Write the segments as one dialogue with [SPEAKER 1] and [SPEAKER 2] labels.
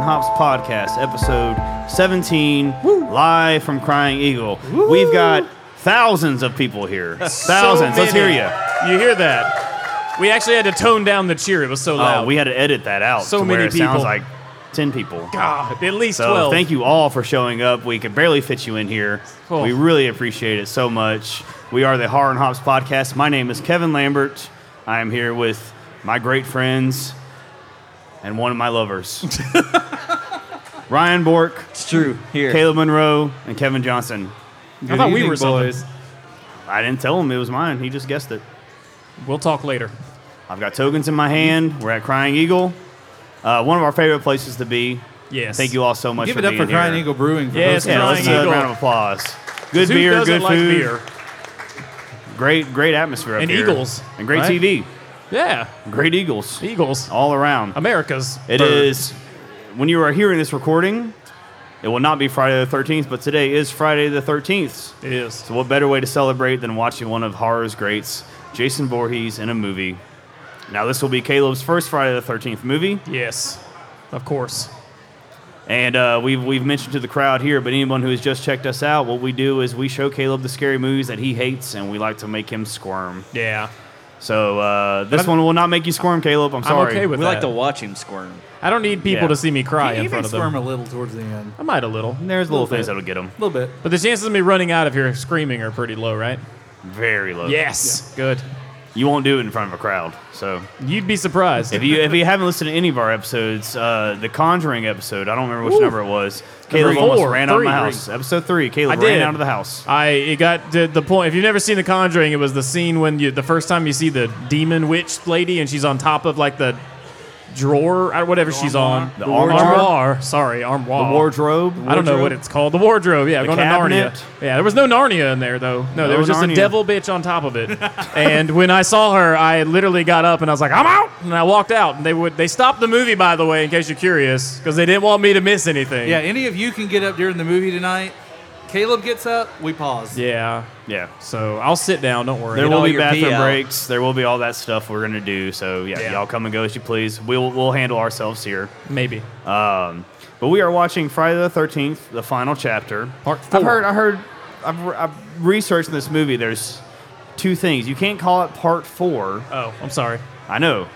[SPEAKER 1] Podcast, episode 17, live from Crying Eagle. We've got thousands of people here. Thousands. Let's hear
[SPEAKER 2] many.
[SPEAKER 1] you.
[SPEAKER 2] You hear that? We actually had to tone down the cheer. It was so loud.
[SPEAKER 1] Oh, we had to edit that out.
[SPEAKER 2] So
[SPEAKER 1] to where
[SPEAKER 2] many
[SPEAKER 1] it sounds
[SPEAKER 2] people.
[SPEAKER 1] like 10 people.
[SPEAKER 2] God, at least
[SPEAKER 1] So
[SPEAKER 2] 12.
[SPEAKER 1] thank you all for showing up. We could barely fit you in here.
[SPEAKER 2] Cool.
[SPEAKER 1] We really appreciate it so much. We are the Horror and Hops podcast. My name is Kevin Lambert. I am here with my great friends and one of my lovers, Ryan Bork,
[SPEAKER 3] It's true. Here.
[SPEAKER 1] Caleb Monroe, and Kevin Johnson.
[SPEAKER 2] I thought we were something.
[SPEAKER 1] I didn't tell him it was mine. He just guessed it.
[SPEAKER 2] We'll talk later.
[SPEAKER 1] I've got tokens in my hand. We're at Crying Eagle, uh, one of our favorite places to be.
[SPEAKER 2] Yes.
[SPEAKER 1] Thank you all so much.
[SPEAKER 3] Give
[SPEAKER 1] for
[SPEAKER 3] it up for
[SPEAKER 1] being here.
[SPEAKER 3] Crying Eagle Brewing for
[SPEAKER 2] Yes,
[SPEAKER 3] hosting
[SPEAKER 1] Yeah,
[SPEAKER 3] us.
[SPEAKER 1] let's give
[SPEAKER 2] Crying
[SPEAKER 1] it a
[SPEAKER 2] Eagle.
[SPEAKER 1] round of applause. Good
[SPEAKER 2] Who
[SPEAKER 1] beer,
[SPEAKER 2] doesn't
[SPEAKER 1] good
[SPEAKER 2] like
[SPEAKER 1] food,
[SPEAKER 2] beer?
[SPEAKER 1] great, great atmosphere up
[SPEAKER 2] And
[SPEAKER 1] here.
[SPEAKER 2] Eagles,
[SPEAKER 1] and great
[SPEAKER 3] right?
[SPEAKER 1] TV,
[SPEAKER 2] Yeah.
[SPEAKER 1] great Eagles
[SPEAKER 2] Eagles.
[SPEAKER 1] all around.
[SPEAKER 2] America's.
[SPEAKER 1] It is when you are hearing this recording, it will not be Friday the thirteenth, but today is Friday the thirteenth.
[SPEAKER 2] It is.
[SPEAKER 1] So what better way to celebrate than watching one of horror's greats, Jason Voorhees, in a movie? Now this will be Caleb's first Friday the thirteenth movie.
[SPEAKER 2] Yes. Of course.
[SPEAKER 1] And uh, we've, we've mentioned to the crowd here, but anyone who has just checked us out, what we do is we show Caleb the scary movies that he hates, and we like to make him squirm.
[SPEAKER 2] Yeah.
[SPEAKER 1] So uh, this one will not make you squirm, Caleb. I'm
[SPEAKER 2] I'm
[SPEAKER 1] sorry.
[SPEAKER 2] okay with
[SPEAKER 3] We
[SPEAKER 2] that.
[SPEAKER 3] like to watch him squirm.
[SPEAKER 2] I don't need people
[SPEAKER 1] Yeah.
[SPEAKER 2] to see me cry in
[SPEAKER 3] even
[SPEAKER 2] front of
[SPEAKER 3] squirm
[SPEAKER 2] them.
[SPEAKER 3] a little towards the end.
[SPEAKER 2] I might a little.
[SPEAKER 1] There's little
[SPEAKER 3] Little
[SPEAKER 1] things
[SPEAKER 3] bit.
[SPEAKER 1] that'll get him
[SPEAKER 3] A little bit.
[SPEAKER 2] But the chances of me running out of here screaming are pretty low, right?
[SPEAKER 1] very low.
[SPEAKER 2] Yes. Good.
[SPEAKER 1] You won't do it in front of a crowd. So
[SPEAKER 2] You'd be surprised.
[SPEAKER 1] if you if you haven't listened to any of our episodes, uh, the Conjuring episode, I don't remember which
[SPEAKER 2] Ooh.
[SPEAKER 1] number it was. Caleb almost
[SPEAKER 2] four,
[SPEAKER 1] ran out of my
[SPEAKER 2] three.
[SPEAKER 1] house. Episode three, Caleb
[SPEAKER 2] I
[SPEAKER 1] ran
[SPEAKER 2] did.
[SPEAKER 1] out of the house.
[SPEAKER 2] I it got to the point. If you've never seen The Conjuring, it was the scene when you the first time you see the demon witch lady and she's on top of like the drawer or whatever she's on.
[SPEAKER 1] The armoire?
[SPEAKER 2] armoire. Sorry, armoire.
[SPEAKER 1] The wardrobe.
[SPEAKER 2] I don't know what it's called. The wardrobe. Yeah, going
[SPEAKER 1] cabinet?
[SPEAKER 2] to Narnia. Yeah, there was no Narnia in there though. No,
[SPEAKER 1] No
[SPEAKER 2] there was just
[SPEAKER 1] Narnia.
[SPEAKER 2] a devil bitch on top of it. and when I saw her, I literally got up and I was like, "I'm out," and I walked out. And they would they stopped the movie by the way, in case you're curious, because they didn't want me to miss anything.
[SPEAKER 3] Yeah, any of you can get up during the movie tonight. Caleb gets up, we pause.
[SPEAKER 2] Yeah.
[SPEAKER 1] Yeah.
[SPEAKER 2] So I'll sit down. Don't worry.
[SPEAKER 1] There
[SPEAKER 3] Get
[SPEAKER 1] will
[SPEAKER 3] all
[SPEAKER 1] be
[SPEAKER 3] your pee
[SPEAKER 1] bathroom
[SPEAKER 3] out.
[SPEAKER 1] breaks. There will be all that stuff we're gonna do. So yeah,
[SPEAKER 2] Yeah.
[SPEAKER 1] y'all come and go as you please. We'll we'll handle ourselves here.
[SPEAKER 2] Maybe.
[SPEAKER 1] Um, but we are watching Friday the Thirteenth, the final chapter.
[SPEAKER 2] Part
[SPEAKER 1] I've
[SPEAKER 2] four.
[SPEAKER 1] heard. I heard. I've, re- I've researched this movie. There's two things. You can't call it part four.
[SPEAKER 2] Oh, I'm sorry.
[SPEAKER 1] I know.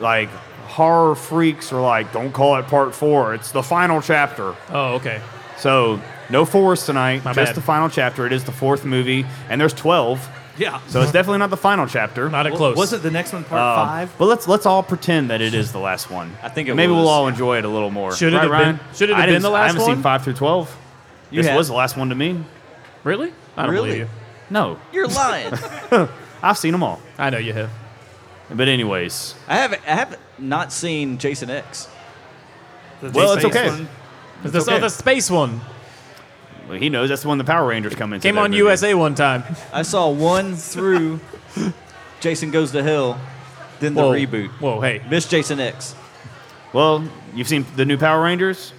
[SPEAKER 1] Like horror freaks are like, don't call it part four. It's the final chapter.
[SPEAKER 2] Oh, okay.
[SPEAKER 1] So no fours tonight.
[SPEAKER 2] My
[SPEAKER 1] just
[SPEAKER 2] bad.
[SPEAKER 1] the final chapter. It is the fourth movie, and there's twelve.
[SPEAKER 3] Yeah.
[SPEAKER 1] So it's definitely not the final chapter.
[SPEAKER 2] Not a
[SPEAKER 3] W-
[SPEAKER 2] close.
[SPEAKER 3] Was it the next one part
[SPEAKER 4] Oh.
[SPEAKER 1] Um,
[SPEAKER 3] five?
[SPEAKER 1] But let's let's all pretend that it is the last one.
[SPEAKER 3] I think it
[SPEAKER 1] maybe
[SPEAKER 3] was.
[SPEAKER 1] we'll all enjoy it a little more.
[SPEAKER 2] Should it have
[SPEAKER 1] Ryan?
[SPEAKER 2] been- should it
[SPEAKER 1] I
[SPEAKER 2] have been
[SPEAKER 1] didn't-
[SPEAKER 2] the
[SPEAKER 1] I
[SPEAKER 2] last
[SPEAKER 1] haven't seen
[SPEAKER 2] one?
[SPEAKER 1] five through twelve.
[SPEAKER 3] You
[SPEAKER 1] this
[SPEAKER 3] have.
[SPEAKER 1] was the last one to me.
[SPEAKER 2] Really? I don't
[SPEAKER 3] Really?
[SPEAKER 2] believe you.
[SPEAKER 1] No,
[SPEAKER 3] You're lying.
[SPEAKER 1] I've seen them all.
[SPEAKER 2] I know you have.
[SPEAKER 1] But anyways,
[SPEAKER 4] I haven't, I haven't not seen Jason X.
[SPEAKER 3] The
[SPEAKER 1] Well,
[SPEAKER 3] next
[SPEAKER 1] it's okay.
[SPEAKER 3] one.
[SPEAKER 2] It's the,
[SPEAKER 1] okay.
[SPEAKER 2] oh, the space one
[SPEAKER 1] well, he knows that's the one the Power Rangers come into.
[SPEAKER 2] came
[SPEAKER 1] that
[SPEAKER 2] on
[SPEAKER 1] movie.
[SPEAKER 2] USA one time.
[SPEAKER 4] I saw one through Jason Goes to Hell, then the
[SPEAKER 2] Whoa.
[SPEAKER 4] reboot.
[SPEAKER 2] Whoa, hey.
[SPEAKER 4] Miss Jason X.
[SPEAKER 1] Well, you've seen the new Power Rangers.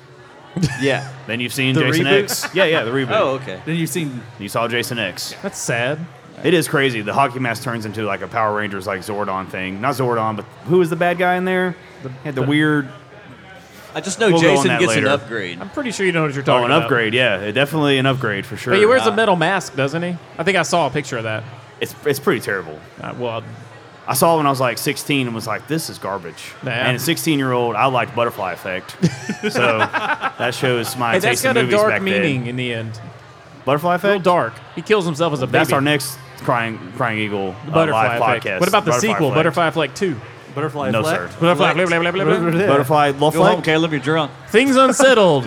[SPEAKER 4] Yeah.
[SPEAKER 1] Then you've seen
[SPEAKER 3] The
[SPEAKER 1] Jason
[SPEAKER 3] reboot?
[SPEAKER 1] X. Yeah, yeah, the reboot.
[SPEAKER 4] Oh, okay.
[SPEAKER 3] Then you've seen
[SPEAKER 1] You saw Jason X.
[SPEAKER 2] That's sad.
[SPEAKER 1] It is crazy. The hockey mask turns into like a Power Rangers like Zordon thing. Not Zordon, but who was the bad guy in there? had the weird
[SPEAKER 4] I just know
[SPEAKER 1] We'll go on
[SPEAKER 4] Jason
[SPEAKER 1] that
[SPEAKER 4] gets
[SPEAKER 1] later.
[SPEAKER 4] an upgrade.
[SPEAKER 2] I'm pretty sure you know what you're
[SPEAKER 1] oh,
[SPEAKER 2] talking
[SPEAKER 1] an
[SPEAKER 2] about.
[SPEAKER 1] upgrade. Yeah, definitely an upgrade for sure. Uh,
[SPEAKER 2] But he wears a metal mask, doesn't he? I think I saw a picture of that.
[SPEAKER 1] it's it's pretty terrible.
[SPEAKER 2] Uh, well,
[SPEAKER 1] I saw it when I was like 16 and was like, this is garbage.
[SPEAKER 2] Yeah.
[SPEAKER 1] And at 16 year old, I liked Butterfly Effect. so that shows my
[SPEAKER 2] hey, that's
[SPEAKER 1] taste in
[SPEAKER 2] got a
[SPEAKER 1] movies
[SPEAKER 2] dark
[SPEAKER 1] back
[SPEAKER 2] meaning in the end.
[SPEAKER 1] then. Butterfly
[SPEAKER 2] Real
[SPEAKER 1] Effect?
[SPEAKER 2] dark. He kills himself as a baby.
[SPEAKER 1] That's our next Crying, Crying Eagle uh,
[SPEAKER 2] Butterfly
[SPEAKER 1] live
[SPEAKER 2] effect.
[SPEAKER 1] podcast.
[SPEAKER 2] What about the
[SPEAKER 1] Butterfly
[SPEAKER 2] sequel,
[SPEAKER 1] Effect.
[SPEAKER 2] Butterfly Fleck 2?
[SPEAKER 3] Butterfly
[SPEAKER 1] No,
[SPEAKER 3] Effect.
[SPEAKER 1] sir.
[SPEAKER 2] Butterfly, blah,
[SPEAKER 3] Effect.
[SPEAKER 2] blah, blah, blah, blah.
[SPEAKER 3] Yeah.
[SPEAKER 1] Butterfly Love
[SPEAKER 4] Go home,
[SPEAKER 1] Flight?
[SPEAKER 4] Caleb. You're drunk.
[SPEAKER 2] Things Unsettled.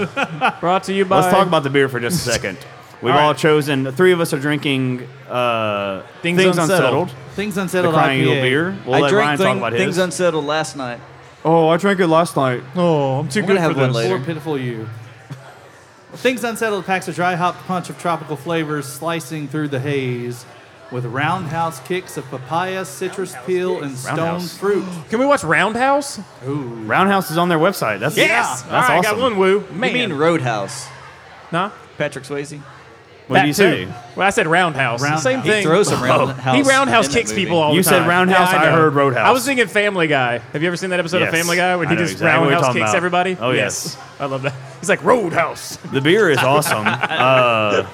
[SPEAKER 2] Brought to you by
[SPEAKER 1] Let's talk about the beer for just a second. We've
[SPEAKER 2] All
[SPEAKER 1] all,
[SPEAKER 2] right.
[SPEAKER 1] chosen, the three of us are drinking uh,
[SPEAKER 2] Things Unsettled.
[SPEAKER 3] Things
[SPEAKER 1] the
[SPEAKER 3] Unsettled
[SPEAKER 1] Crying Eagle
[SPEAKER 3] IPA.
[SPEAKER 1] beer. We'll
[SPEAKER 4] I
[SPEAKER 1] let
[SPEAKER 4] drank
[SPEAKER 1] Ryan
[SPEAKER 4] thing-
[SPEAKER 1] talk about
[SPEAKER 4] Things
[SPEAKER 1] his.
[SPEAKER 4] Unsettled last night.
[SPEAKER 1] oh, I drank it last night.
[SPEAKER 2] Oh, I'm too
[SPEAKER 4] We're
[SPEAKER 2] good
[SPEAKER 4] gonna have
[SPEAKER 2] for
[SPEAKER 4] one
[SPEAKER 2] this.
[SPEAKER 4] later.
[SPEAKER 3] Poor pitiful you. Things Unsettled packs a dry hop punch of tropical flavors slicing through the haze with roundhouse kicks of papaya, citrus peel, and stone
[SPEAKER 1] Roundhouse.
[SPEAKER 3] fruit.
[SPEAKER 2] Can we watch Roundhouse?
[SPEAKER 3] Ooh.
[SPEAKER 1] Roundhouse is on their website. That's
[SPEAKER 2] Yes.
[SPEAKER 1] That's
[SPEAKER 2] All right, I
[SPEAKER 1] awesome.
[SPEAKER 2] got one woo. Man.
[SPEAKER 4] You mean Roadhouse?
[SPEAKER 2] Nah.
[SPEAKER 4] Patrick Swayze?
[SPEAKER 1] What
[SPEAKER 2] That
[SPEAKER 1] do you
[SPEAKER 2] too.
[SPEAKER 1] say?
[SPEAKER 2] Well, I said roundhouse.
[SPEAKER 3] Roundhouse.
[SPEAKER 2] Same
[SPEAKER 3] He
[SPEAKER 2] thing.
[SPEAKER 4] He throws some roundhouse.
[SPEAKER 2] He roundhouse
[SPEAKER 4] in that
[SPEAKER 2] kicks
[SPEAKER 4] movie.
[SPEAKER 2] people all
[SPEAKER 1] You
[SPEAKER 2] the
[SPEAKER 1] said
[SPEAKER 2] time.
[SPEAKER 1] roundhouse, I
[SPEAKER 2] know.
[SPEAKER 1] heard roadhouse.
[SPEAKER 2] I was thinking Family Guy. Have you ever seen that episode
[SPEAKER 1] Yes.
[SPEAKER 2] of Family Guy when
[SPEAKER 1] I
[SPEAKER 2] he
[SPEAKER 1] know
[SPEAKER 2] just
[SPEAKER 1] exactly what you're
[SPEAKER 2] roundhouse
[SPEAKER 1] talking
[SPEAKER 2] kicks
[SPEAKER 1] about.
[SPEAKER 2] everybody?
[SPEAKER 1] Oh, yes.
[SPEAKER 2] I love that. He's like roadhouse.
[SPEAKER 1] The beer is awesome. uh,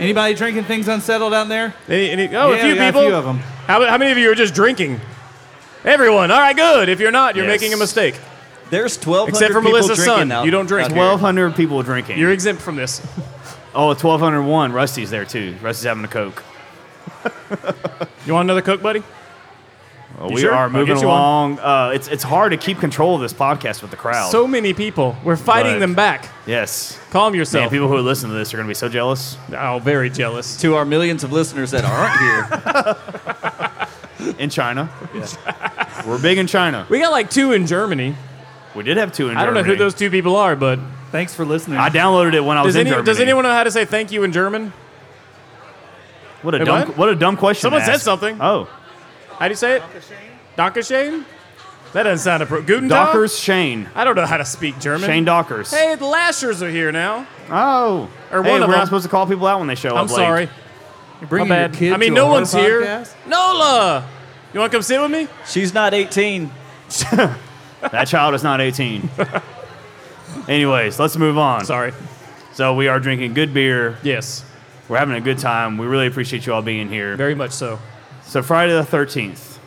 [SPEAKER 3] Anybody drinking things unsettled out there?
[SPEAKER 2] Any, any, oh,
[SPEAKER 3] Yeah,
[SPEAKER 2] a few
[SPEAKER 3] we got a
[SPEAKER 2] people.
[SPEAKER 3] few of 'em.
[SPEAKER 2] How, how many of you are just drinking? Everyone. All right, good. If you're not, you're
[SPEAKER 1] Yes.
[SPEAKER 2] making a mistake.
[SPEAKER 4] There's 1,200
[SPEAKER 2] Except for
[SPEAKER 4] people
[SPEAKER 2] Melissa's
[SPEAKER 4] drinking
[SPEAKER 2] son.
[SPEAKER 4] Out,
[SPEAKER 2] You don't drink.
[SPEAKER 4] out here.
[SPEAKER 1] 1,200 people drinking.
[SPEAKER 2] You're exempt from this.
[SPEAKER 1] oh, 1,201. Rusty's there too. Rusty's having a Coke.
[SPEAKER 2] You want another Coke, buddy?
[SPEAKER 1] Well,
[SPEAKER 2] You
[SPEAKER 1] we
[SPEAKER 2] sure?
[SPEAKER 1] are
[SPEAKER 2] I'll get
[SPEAKER 1] moving
[SPEAKER 2] you one.
[SPEAKER 1] along. Uh, it's, it's hard to keep control of this podcast with the crowd.
[SPEAKER 2] So many people. We're fighting
[SPEAKER 1] But-
[SPEAKER 2] them back.
[SPEAKER 1] yes.
[SPEAKER 2] Calm
[SPEAKER 1] Man,
[SPEAKER 2] yourself.
[SPEAKER 1] people who listen to this are going to be so jealous.
[SPEAKER 2] oh, very jealous.
[SPEAKER 4] To our millions of listeners that aren't here,
[SPEAKER 1] In China. We're big in China.
[SPEAKER 2] We got like two in Germany.
[SPEAKER 1] We did have two in Germany.
[SPEAKER 2] I don't know who those two people are, but
[SPEAKER 3] Thanks for listening.
[SPEAKER 1] I downloaded it when I was in
[SPEAKER 2] does, any,
[SPEAKER 1] Germany.
[SPEAKER 2] does anyone know how to say thank you in German?
[SPEAKER 1] What a
[SPEAKER 2] Am
[SPEAKER 1] dumb,
[SPEAKER 2] I?
[SPEAKER 1] what a dumb question.
[SPEAKER 2] Someone
[SPEAKER 1] to
[SPEAKER 2] said
[SPEAKER 1] ask.
[SPEAKER 2] something.
[SPEAKER 1] Oh,
[SPEAKER 2] How do you say it? Dankeschön? That doesn't sound appropriate. Guten Tag?
[SPEAKER 1] Dockers Shane.
[SPEAKER 2] I don't know how to speak German.
[SPEAKER 1] Shane Dockers.
[SPEAKER 2] Hey, the Lashers are here now.
[SPEAKER 1] Oh,
[SPEAKER 2] Or
[SPEAKER 1] hey,
[SPEAKER 2] one of
[SPEAKER 1] we're not
[SPEAKER 2] them.
[SPEAKER 1] supposed to call people out when they show up.
[SPEAKER 2] I'm
[SPEAKER 1] late.
[SPEAKER 2] sorry.
[SPEAKER 3] You're
[SPEAKER 2] My
[SPEAKER 3] bringing your
[SPEAKER 2] bad.
[SPEAKER 3] kid
[SPEAKER 2] I mean,
[SPEAKER 3] to a
[SPEAKER 2] no
[SPEAKER 3] horror
[SPEAKER 2] one's here.
[SPEAKER 3] podcast?
[SPEAKER 2] Nola, you want to come sit with me?
[SPEAKER 4] she's not 18.
[SPEAKER 1] That child is not 18. Anyways, let's move on.
[SPEAKER 2] Sorry.
[SPEAKER 1] So we are drinking good beer.
[SPEAKER 2] Yes,
[SPEAKER 1] We're having a good time. We really appreciate you all being here.
[SPEAKER 2] very much so.
[SPEAKER 1] So Friday the 13th.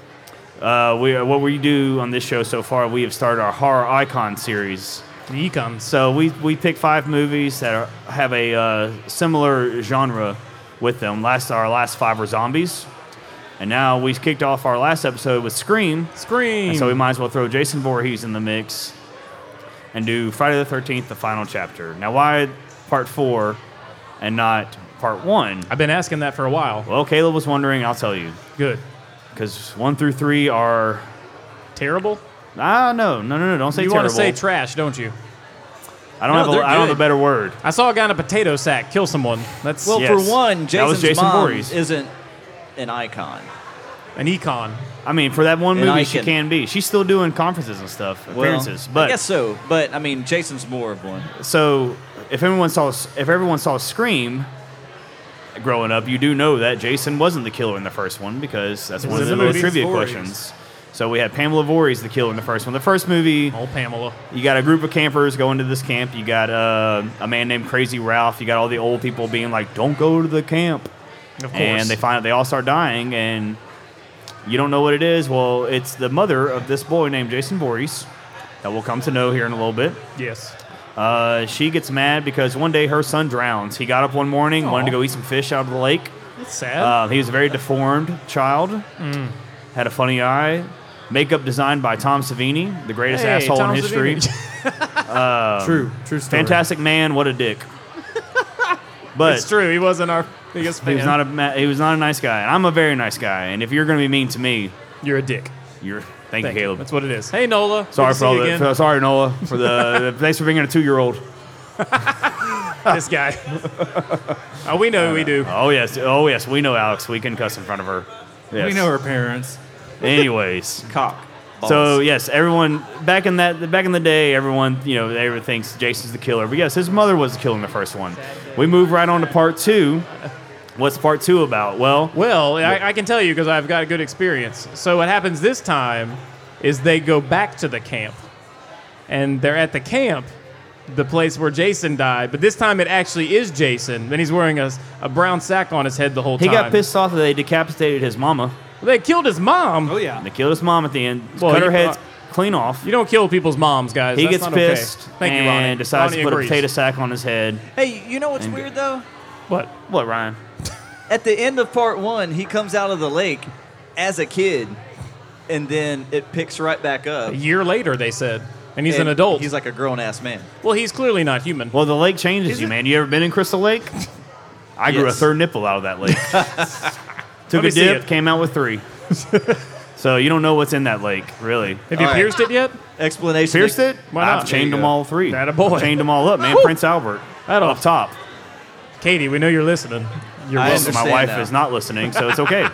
[SPEAKER 1] Uh, we what we do on this show so far, we have started our horror icon series.
[SPEAKER 2] The econs.
[SPEAKER 1] So we we pick five movies that are, have a uh, similar genre with them. Last our last five were zombies, and now we kicked off our last episode with Scream.
[SPEAKER 2] Scream.
[SPEAKER 1] And so we might as well throw Jason Voorhees in the mix and do Friday the 13th, the final chapter. Now, why part four and not part one?
[SPEAKER 2] I've been asking that for a while.
[SPEAKER 1] Well, Caleb was wondering, I'll tell you.
[SPEAKER 2] Good.
[SPEAKER 1] Because one through three are.
[SPEAKER 2] Terrible.
[SPEAKER 1] Ah, no, no, no, no, don't say
[SPEAKER 2] you want
[SPEAKER 1] terrible.
[SPEAKER 2] to say trash, don't you?
[SPEAKER 1] I, don't
[SPEAKER 4] No,
[SPEAKER 1] have a,
[SPEAKER 4] they're
[SPEAKER 1] I don't have a
[SPEAKER 4] good.
[SPEAKER 1] better word.
[SPEAKER 2] I saw a guy in a potato sack kill someone. That's
[SPEAKER 4] Well,
[SPEAKER 1] Yes.
[SPEAKER 4] for one,
[SPEAKER 1] That was
[SPEAKER 4] Jason's
[SPEAKER 1] Jason
[SPEAKER 4] mom
[SPEAKER 1] Voorhees.
[SPEAKER 4] isn't an icon.
[SPEAKER 2] an econ.
[SPEAKER 1] I mean, for that one
[SPEAKER 4] And
[SPEAKER 1] movie,
[SPEAKER 4] I
[SPEAKER 1] she
[SPEAKER 4] can-
[SPEAKER 1] can be. She's still doing conferences and stuff,
[SPEAKER 4] Well,
[SPEAKER 1] appearances.
[SPEAKER 4] I
[SPEAKER 1] But
[SPEAKER 4] guess so. But I mean, Jason's more of one.
[SPEAKER 1] so if everyone saw if everyone saw Scream growing up, you do know that Jason wasn't the killer in the first one because that's one of
[SPEAKER 2] is
[SPEAKER 1] the
[SPEAKER 2] the
[SPEAKER 1] little
[SPEAKER 2] movie's
[SPEAKER 1] trivia
[SPEAKER 3] Voorhees.
[SPEAKER 1] questions. So we had Pamela Voorhees the killer in the first one. The first movie,
[SPEAKER 2] Old Pamela.
[SPEAKER 1] you got a group of campers going to this camp. You got uh, a man named Crazy Ralph. You got all the old people being like, "Don't go to the camp,"
[SPEAKER 2] Of course.
[SPEAKER 1] and they find out they all start dying, and you don't know what it is. Well, it's the mother of this boy named Jason Voorhees that we'll come to know here in a little bit.
[SPEAKER 2] yes.
[SPEAKER 1] Uh, she gets mad because one day her son drowns. He got up one morning, wanted to
[SPEAKER 2] Aw.
[SPEAKER 1] go eat some fish out of the lake.
[SPEAKER 2] That's sad.
[SPEAKER 1] Uh, he was a very deformed child,
[SPEAKER 2] Mm.
[SPEAKER 1] had a funny eye. Makeup designed by Tom Savini, the greatest
[SPEAKER 2] Hey,
[SPEAKER 1] asshole
[SPEAKER 2] Tom
[SPEAKER 1] in history.
[SPEAKER 2] Savini.
[SPEAKER 3] True. True story.
[SPEAKER 1] Um, Fantastic man, what a dick. But
[SPEAKER 2] it's true. He wasn't our biggest fan.
[SPEAKER 1] he was not a ma- he was not a nice guy, and I'm a very nice guy. And if you're going to be mean to me,
[SPEAKER 2] You're a dick.
[SPEAKER 1] you're thank,
[SPEAKER 2] Thank
[SPEAKER 1] you,
[SPEAKER 2] you.
[SPEAKER 1] Caleb.
[SPEAKER 2] That's what it is. Hey, Nola. Good
[SPEAKER 1] Sorry
[SPEAKER 2] to
[SPEAKER 1] for
[SPEAKER 2] see
[SPEAKER 1] all
[SPEAKER 2] you
[SPEAKER 1] the,
[SPEAKER 2] again.
[SPEAKER 1] for- sorry Nola for the thanks for bringing a two year old.
[SPEAKER 2] this guy. oh, we know who we do.
[SPEAKER 1] Oh yes, oh yes, we know Alex. We can cuss in front of her. Yes.
[SPEAKER 3] We know her parents.
[SPEAKER 1] Anyways,
[SPEAKER 4] Cock. Balls.
[SPEAKER 1] so yes, everyone back in that back in the day, everyone you know everyone thinks Jason's the killer, but yes, his mother was the killer in the first one. We move right on to part two. What's part two about? Well,
[SPEAKER 2] Well, I, I can tell you because I've got a good experience. So what happens this time is they go back to the camp, and they're at the camp, the place where Jason died. But this time it actually is Jason, and he's wearing a, a brown sack on his head the whole
[SPEAKER 1] he
[SPEAKER 2] time.
[SPEAKER 1] got pissed off that they decapitated his mama.
[SPEAKER 2] Well, they killed his mom.
[SPEAKER 3] Oh yeah.
[SPEAKER 1] They killed his mom at the end,
[SPEAKER 2] Well,
[SPEAKER 1] cut
[SPEAKER 2] you-
[SPEAKER 1] her head clean off.
[SPEAKER 2] You don't kill people's moms, guys.
[SPEAKER 1] He
[SPEAKER 2] That's
[SPEAKER 1] gets
[SPEAKER 2] not okay.
[SPEAKER 1] pissed
[SPEAKER 2] Thank
[SPEAKER 1] and
[SPEAKER 2] you, Ronnie.
[SPEAKER 1] decides
[SPEAKER 2] Ronnie
[SPEAKER 1] to put
[SPEAKER 2] agrees.
[SPEAKER 1] a potato sack on his head.
[SPEAKER 4] hey, you know what's
[SPEAKER 1] And-
[SPEAKER 4] weird though?
[SPEAKER 2] What?
[SPEAKER 1] What, Ryan?
[SPEAKER 4] At the end of part one, he comes out of the lake as a kid, and then it picks right back up.
[SPEAKER 2] A year later, they said, and he's an
[SPEAKER 4] And
[SPEAKER 2] adult.
[SPEAKER 4] He's like a grown ass man.
[SPEAKER 2] well, he's clearly not human.
[SPEAKER 1] Well, the lake changes
[SPEAKER 2] Is
[SPEAKER 1] you,
[SPEAKER 2] it-
[SPEAKER 1] man. You ever been in Crystal Lake? I grew a
[SPEAKER 4] Yes.
[SPEAKER 1] third nipple out of that lake. Took
[SPEAKER 2] Let
[SPEAKER 1] a
[SPEAKER 2] me see
[SPEAKER 1] dip,
[SPEAKER 2] it.
[SPEAKER 1] came out with three. so you don't know what's in that lake, really.
[SPEAKER 2] Have you
[SPEAKER 4] All right.
[SPEAKER 2] pierced it yet?
[SPEAKER 4] Explanation.
[SPEAKER 1] Pierced it?
[SPEAKER 2] Why not?
[SPEAKER 1] I've
[SPEAKER 2] There
[SPEAKER 1] chained
[SPEAKER 4] you
[SPEAKER 1] them
[SPEAKER 4] go.
[SPEAKER 1] all three.
[SPEAKER 2] That a boy.
[SPEAKER 1] I've chained them all up, man.
[SPEAKER 2] Woo!
[SPEAKER 1] Prince Albert.
[SPEAKER 2] That
[SPEAKER 1] up top.
[SPEAKER 2] Katie, we know you're listening. You're
[SPEAKER 4] I
[SPEAKER 2] welcome.
[SPEAKER 4] understand
[SPEAKER 1] My wife
[SPEAKER 4] now.
[SPEAKER 1] is not listening, so it's okay.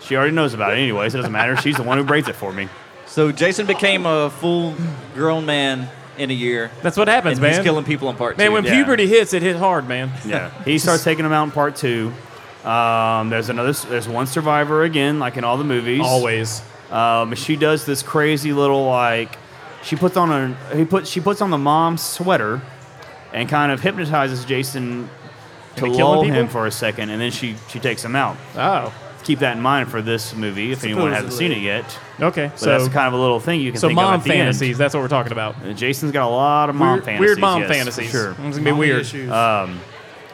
[SPEAKER 1] she already knows about it anyways. It doesn't matter. She's the one who braids it for me.
[SPEAKER 4] So Jason became a full grown man in a year.
[SPEAKER 2] That's what happens,
[SPEAKER 4] And
[SPEAKER 2] man.
[SPEAKER 4] he's killing people in part
[SPEAKER 2] man,
[SPEAKER 4] two.
[SPEAKER 2] when
[SPEAKER 1] yeah.
[SPEAKER 2] puberty hits, it hit hard, man.
[SPEAKER 1] Yeah, he starts taking them out in part two. Um, there's another. There's one survivor again, like in all the movies.
[SPEAKER 2] Always.
[SPEAKER 1] Um, she does this crazy little like. She puts on a he put she puts on the mom's sweater, and kind of hypnotizes Jason to
[SPEAKER 2] Into killing
[SPEAKER 1] lull
[SPEAKER 2] people?
[SPEAKER 1] him for a second, and then she she takes him out.
[SPEAKER 2] Oh,
[SPEAKER 1] Keep that in mind for this movie if anyone hasn't seen
[SPEAKER 3] Supposedly.
[SPEAKER 1] it yet.
[SPEAKER 2] okay.
[SPEAKER 1] But
[SPEAKER 2] So,
[SPEAKER 1] that's kind of a little thing you can
[SPEAKER 2] so
[SPEAKER 1] think
[SPEAKER 2] mom
[SPEAKER 1] of at the end.
[SPEAKER 2] fantasies. That's what we're talking about.
[SPEAKER 1] Uh, Jason's got a lot of mom
[SPEAKER 2] weird,
[SPEAKER 1] fantasies.
[SPEAKER 2] weird mom
[SPEAKER 1] yes, for
[SPEAKER 2] fantasies.
[SPEAKER 1] Sure.
[SPEAKER 2] It's gonna be weird. Uh,
[SPEAKER 3] Issues.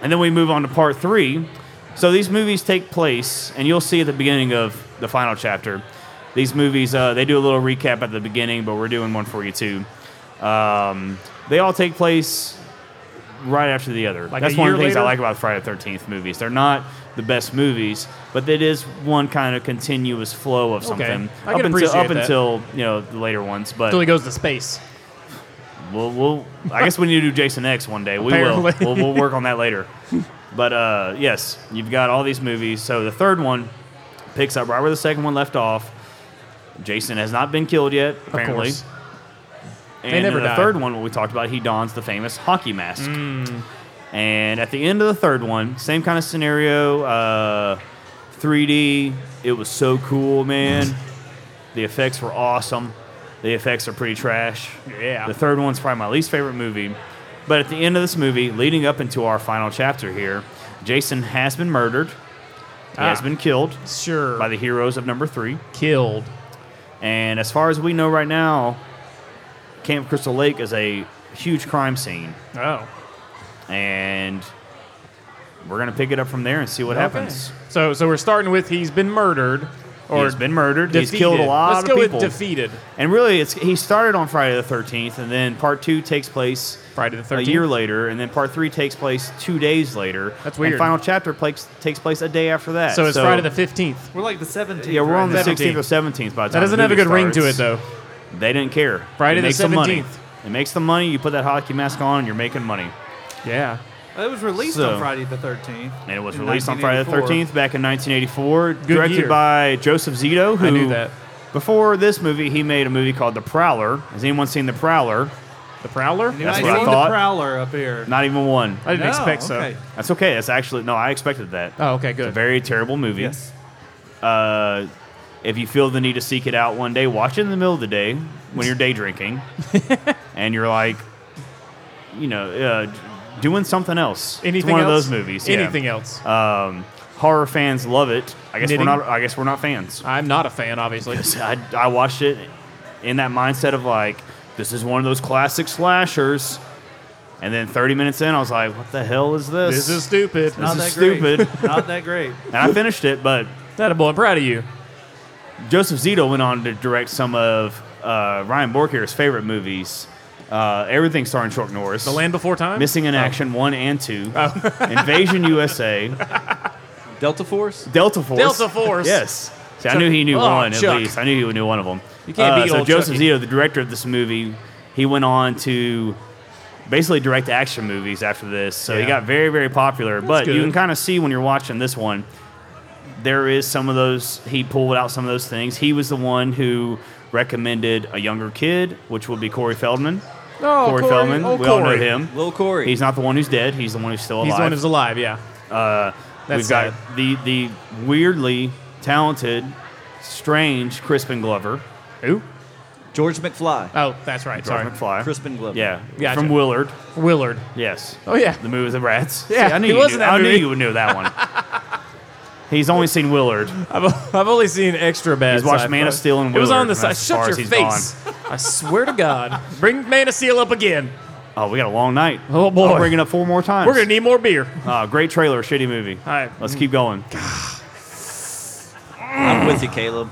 [SPEAKER 1] And then we move on to part three. So these movies take place, and you'll see at the beginning of the final chapter. These movies, uh, they do a little recap at the beginning, but we're doing one for you too. Um, they all take place right after the other.
[SPEAKER 2] Like
[SPEAKER 1] That's
[SPEAKER 2] a
[SPEAKER 1] one of
[SPEAKER 2] year
[SPEAKER 1] the things I
[SPEAKER 2] later?
[SPEAKER 1] like about Friday the Thirteenth movies. They're not the best movies, but it is one kind of continuous flow of something
[SPEAKER 2] I
[SPEAKER 1] up until
[SPEAKER 2] can appreciate
[SPEAKER 1] up
[SPEAKER 2] that.
[SPEAKER 1] until you know the later ones. But
[SPEAKER 2] Until he goes to space.
[SPEAKER 1] We'll, we'll I guess we need to do Jason X one day. We will.
[SPEAKER 2] Apparently.
[SPEAKER 1] We'll, we'll work on that later. But uh, yes, you've got all these movies. So the third one picks up right where the second one left off. Jason has not been killed yet, apparently.
[SPEAKER 2] Of course.
[SPEAKER 1] and
[SPEAKER 2] never
[SPEAKER 1] in the
[SPEAKER 2] die.
[SPEAKER 1] third one, what we talked about, he dons the famous hockey mask.
[SPEAKER 2] Mm.
[SPEAKER 1] And at the end of the third one, same kind of scenario, uh, 3D. It was so cool, man. the effects were awesome. The effects are pretty trash.
[SPEAKER 2] Yeah.
[SPEAKER 1] The third one's probably my least favorite movie. But at the end of this movie, leading up into our final chapter here, Jason has been murdered. He has
[SPEAKER 2] Ah.
[SPEAKER 1] been killed
[SPEAKER 2] Sure.
[SPEAKER 1] by the heroes of number three.
[SPEAKER 2] killed.
[SPEAKER 1] And as far as we know right now, Camp Crystal Lake is a huge crime scene.
[SPEAKER 2] Oh.
[SPEAKER 1] And we're going to pick it up from there and see what happens.
[SPEAKER 2] Okay. So so we're starting with he's been murdered or
[SPEAKER 1] he's been murdered. He's
[SPEAKER 2] defeated.
[SPEAKER 1] killed a lot
[SPEAKER 2] Let's
[SPEAKER 1] of
[SPEAKER 2] go
[SPEAKER 1] people.
[SPEAKER 2] with defeated.
[SPEAKER 1] and really, it's he started on Friday the 13th, and then part two takes place
[SPEAKER 2] Friday the
[SPEAKER 1] a
[SPEAKER 2] 13th.
[SPEAKER 1] year later, and then part three takes place two days later. And
[SPEAKER 2] That's weird.
[SPEAKER 1] final chapter place, takes place a day after that.
[SPEAKER 2] So it's Friday the 15th.
[SPEAKER 3] we're like the 17th.
[SPEAKER 1] Yeah, we're
[SPEAKER 3] right
[SPEAKER 1] on the
[SPEAKER 3] now.
[SPEAKER 1] 16th or 17th by the time.
[SPEAKER 2] That doesn't
[SPEAKER 1] the
[SPEAKER 2] have a
[SPEAKER 1] movie
[SPEAKER 2] good ring to it
[SPEAKER 1] starts.
[SPEAKER 2] though.
[SPEAKER 1] They didn't care.
[SPEAKER 2] Friday
[SPEAKER 1] it
[SPEAKER 2] the
[SPEAKER 1] makes some money.
[SPEAKER 2] 17th.
[SPEAKER 1] It makes the money. You put that hockey mask on, and you're making money.
[SPEAKER 2] Yeah.
[SPEAKER 3] It was released
[SPEAKER 1] So-
[SPEAKER 3] on Friday the 13th.
[SPEAKER 1] And it was
[SPEAKER 3] in
[SPEAKER 1] released on Friday the 13th
[SPEAKER 3] 1984.
[SPEAKER 1] back in 1984, directed
[SPEAKER 2] year.
[SPEAKER 1] by Joseph Zito, who
[SPEAKER 2] I knew that.
[SPEAKER 1] before this movie he made a movie called The Prowler. Has anyone seen The Prowler?
[SPEAKER 2] The Prowler?
[SPEAKER 3] And you
[SPEAKER 1] That's
[SPEAKER 3] might
[SPEAKER 1] what I
[SPEAKER 3] see
[SPEAKER 1] thought.
[SPEAKER 3] the Prowler up here.
[SPEAKER 1] Not even one.
[SPEAKER 2] I didn't
[SPEAKER 3] No,
[SPEAKER 2] expect so.
[SPEAKER 3] okay.
[SPEAKER 1] That's okay. That's actually no. I expected that.
[SPEAKER 2] Oh, okay,
[SPEAKER 1] It's a
[SPEAKER 2] good.
[SPEAKER 1] very terrible movie.
[SPEAKER 3] Yes.
[SPEAKER 1] Uh, if you feel the need to seek it out one day, watch it in the middle of the day when you're day drinking, and you're like, you know, uh, doing something else. it's
[SPEAKER 2] Anything
[SPEAKER 1] one
[SPEAKER 2] else?
[SPEAKER 1] of those movies. yeah.
[SPEAKER 2] Anything else?
[SPEAKER 1] Um, horror fans love it. I guess
[SPEAKER 2] Knitting?
[SPEAKER 1] we're not. I guess we're not fans.
[SPEAKER 2] I'm not a fan, obviously.
[SPEAKER 1] I, I watched it in that mindset of like, this is one of those classic slashers. And then 30 minutes in, I was like, what the hell is this?
[SPEAKER 2] This is stupid.
[SPEAKER 1] This
[SPEAKER 3] Not
[SPEAKER 1] is
[SPEAKER 3] that
[SPEAKER 1] stupid.
[SPEAKER 3] great. Not that great.
[SPEAKER 1] and I finished it, but
[SPEAKER 2] That boy, I'm proud of you.
[SPEAKER 1] Joseph Zito went on to direct some of uh, Ryan Borkier's favorite movies. Uh, everything starring Chuck Norris.
[SPEAKER 2] The Land Before Time?
[SPEAKER 1] Missing in
[SPEAKER 2] Oh.
[SPEAKER 1] Action 1 and 2. Invasion USA.
[SPEAKER 4] Delta Force?
[SPEAKER 1] Delta Force.
[SPEAKER 2] Delta Force.
[SPEAKER 1] yes. See, I
[SPEAKER 2] Chuck-
[SPEAKER 1] knew he knew
[SPEAKER 2] Oh,
[SPEAKER 1] one
[SPEAKER 2] Chuck.
[SPEAKER 1] at least. I knew he knew one of them.
[SPEAKER 2] You can't beat
[SPEAKER 1] so
[SPEAKER 2] old
[SPEAKER 1] Joseph
[SPEAKER 2] Chucky.
[SPEAKER 1] Zito, the director of this movie, he went on to basically direct action movies after this. So he
[SPEAKER 2] Yeah.
[SPEAKER 1] got very, very popular. but you
[SPEAKER 2] good.
[SPEAKER 1] can kind of see when you're watching this one, there is some of those. He pulled out some of those things. He was the one who recommended a younger kid, which would be Corey Feldman.
[SPEAKER 2] Oh,
[SPEAKER 1] Corey, Feldman,
[SPEAKER 2] oh,
[SPEAKER 1] we all know
[SPEAKER 2] Corey.
[SPEAKER 1] him.
[SPEAKER 4] Lil Corey.
[SPEAKER 1] He's not the one who's dead. He's the one who's still alive.
[SPEAKER 2] He's the one who's alive, yeah.
[SPEAKER 1] Uh,
[SPEAKER 2] That's
[SPEAKER 1] we've got the the weirdly talented, strange Crispin Glover,
[SPEAKER 2] Who?
[SPEAKER 4] George McFly.
[SPEAKER 2] Oh, that's right.
[SPEAKER 1] Sorry.
[SPEAKER 2] Sorry.
[SPEAKER 1] McFly,
[SPEAKER 4] Crispin Glover.
[SPEAKER 1] yeah,
[SPEAKER 2] Gotas.
[SPEAKER 1] from Willard,
[SPEAKER 2] Willard.
[SPEAKER 1] yes,
[SPEAKER 2] Oh, yeah.
[SPEAKER 1] the movie with the rats.
[SPEAKER 2] Yeah,
[SPEAKER 1] I knew
[SPEAKER 2] he
[SPEAKER 1] you
[SPEAKER 2] was in
[SPEAKER 1] knew,
[SPEAKER 2] that
[SPEAKER 1] I knew
[SPEAKER 2] movie.
[SPEAKER 1] you would know that one. he's only seen Willard.
[SPEAKER 2] I've, I've only seen extra bad.
[SPEAKER 1] He's watched
[SPEAKER 2] sci-fi.
[SPEAKER 1] Man of Steel and
[SPEAKER 2] It was
[SPEAKER 1] Willard,
[SPEAKER 2] on the
[SPEAKER 1] and
[SPEAKER 2] side.
[SPEAKER 1] that's as far as
[SPEAKER 2] Shut your
[SPEAKER 1] he's
[SPEAKER 2] face! I swear to God, bring Man of Steel up again.
[SPEAKER 1] Oh, we got a long night.
[SPEAKER 2] Oh, boy.
[SPEAKER 1] I'll bring it up four more times.
[SPEAKER 2] We're gonna need more beer.
[SPEAKER 1] Uh, great trailer, shitty movie.
[SPEAKER 2] All right.
[SPEAKER 1] Let's keep going.
[SPEAKER 4] I'm with you, Caleb.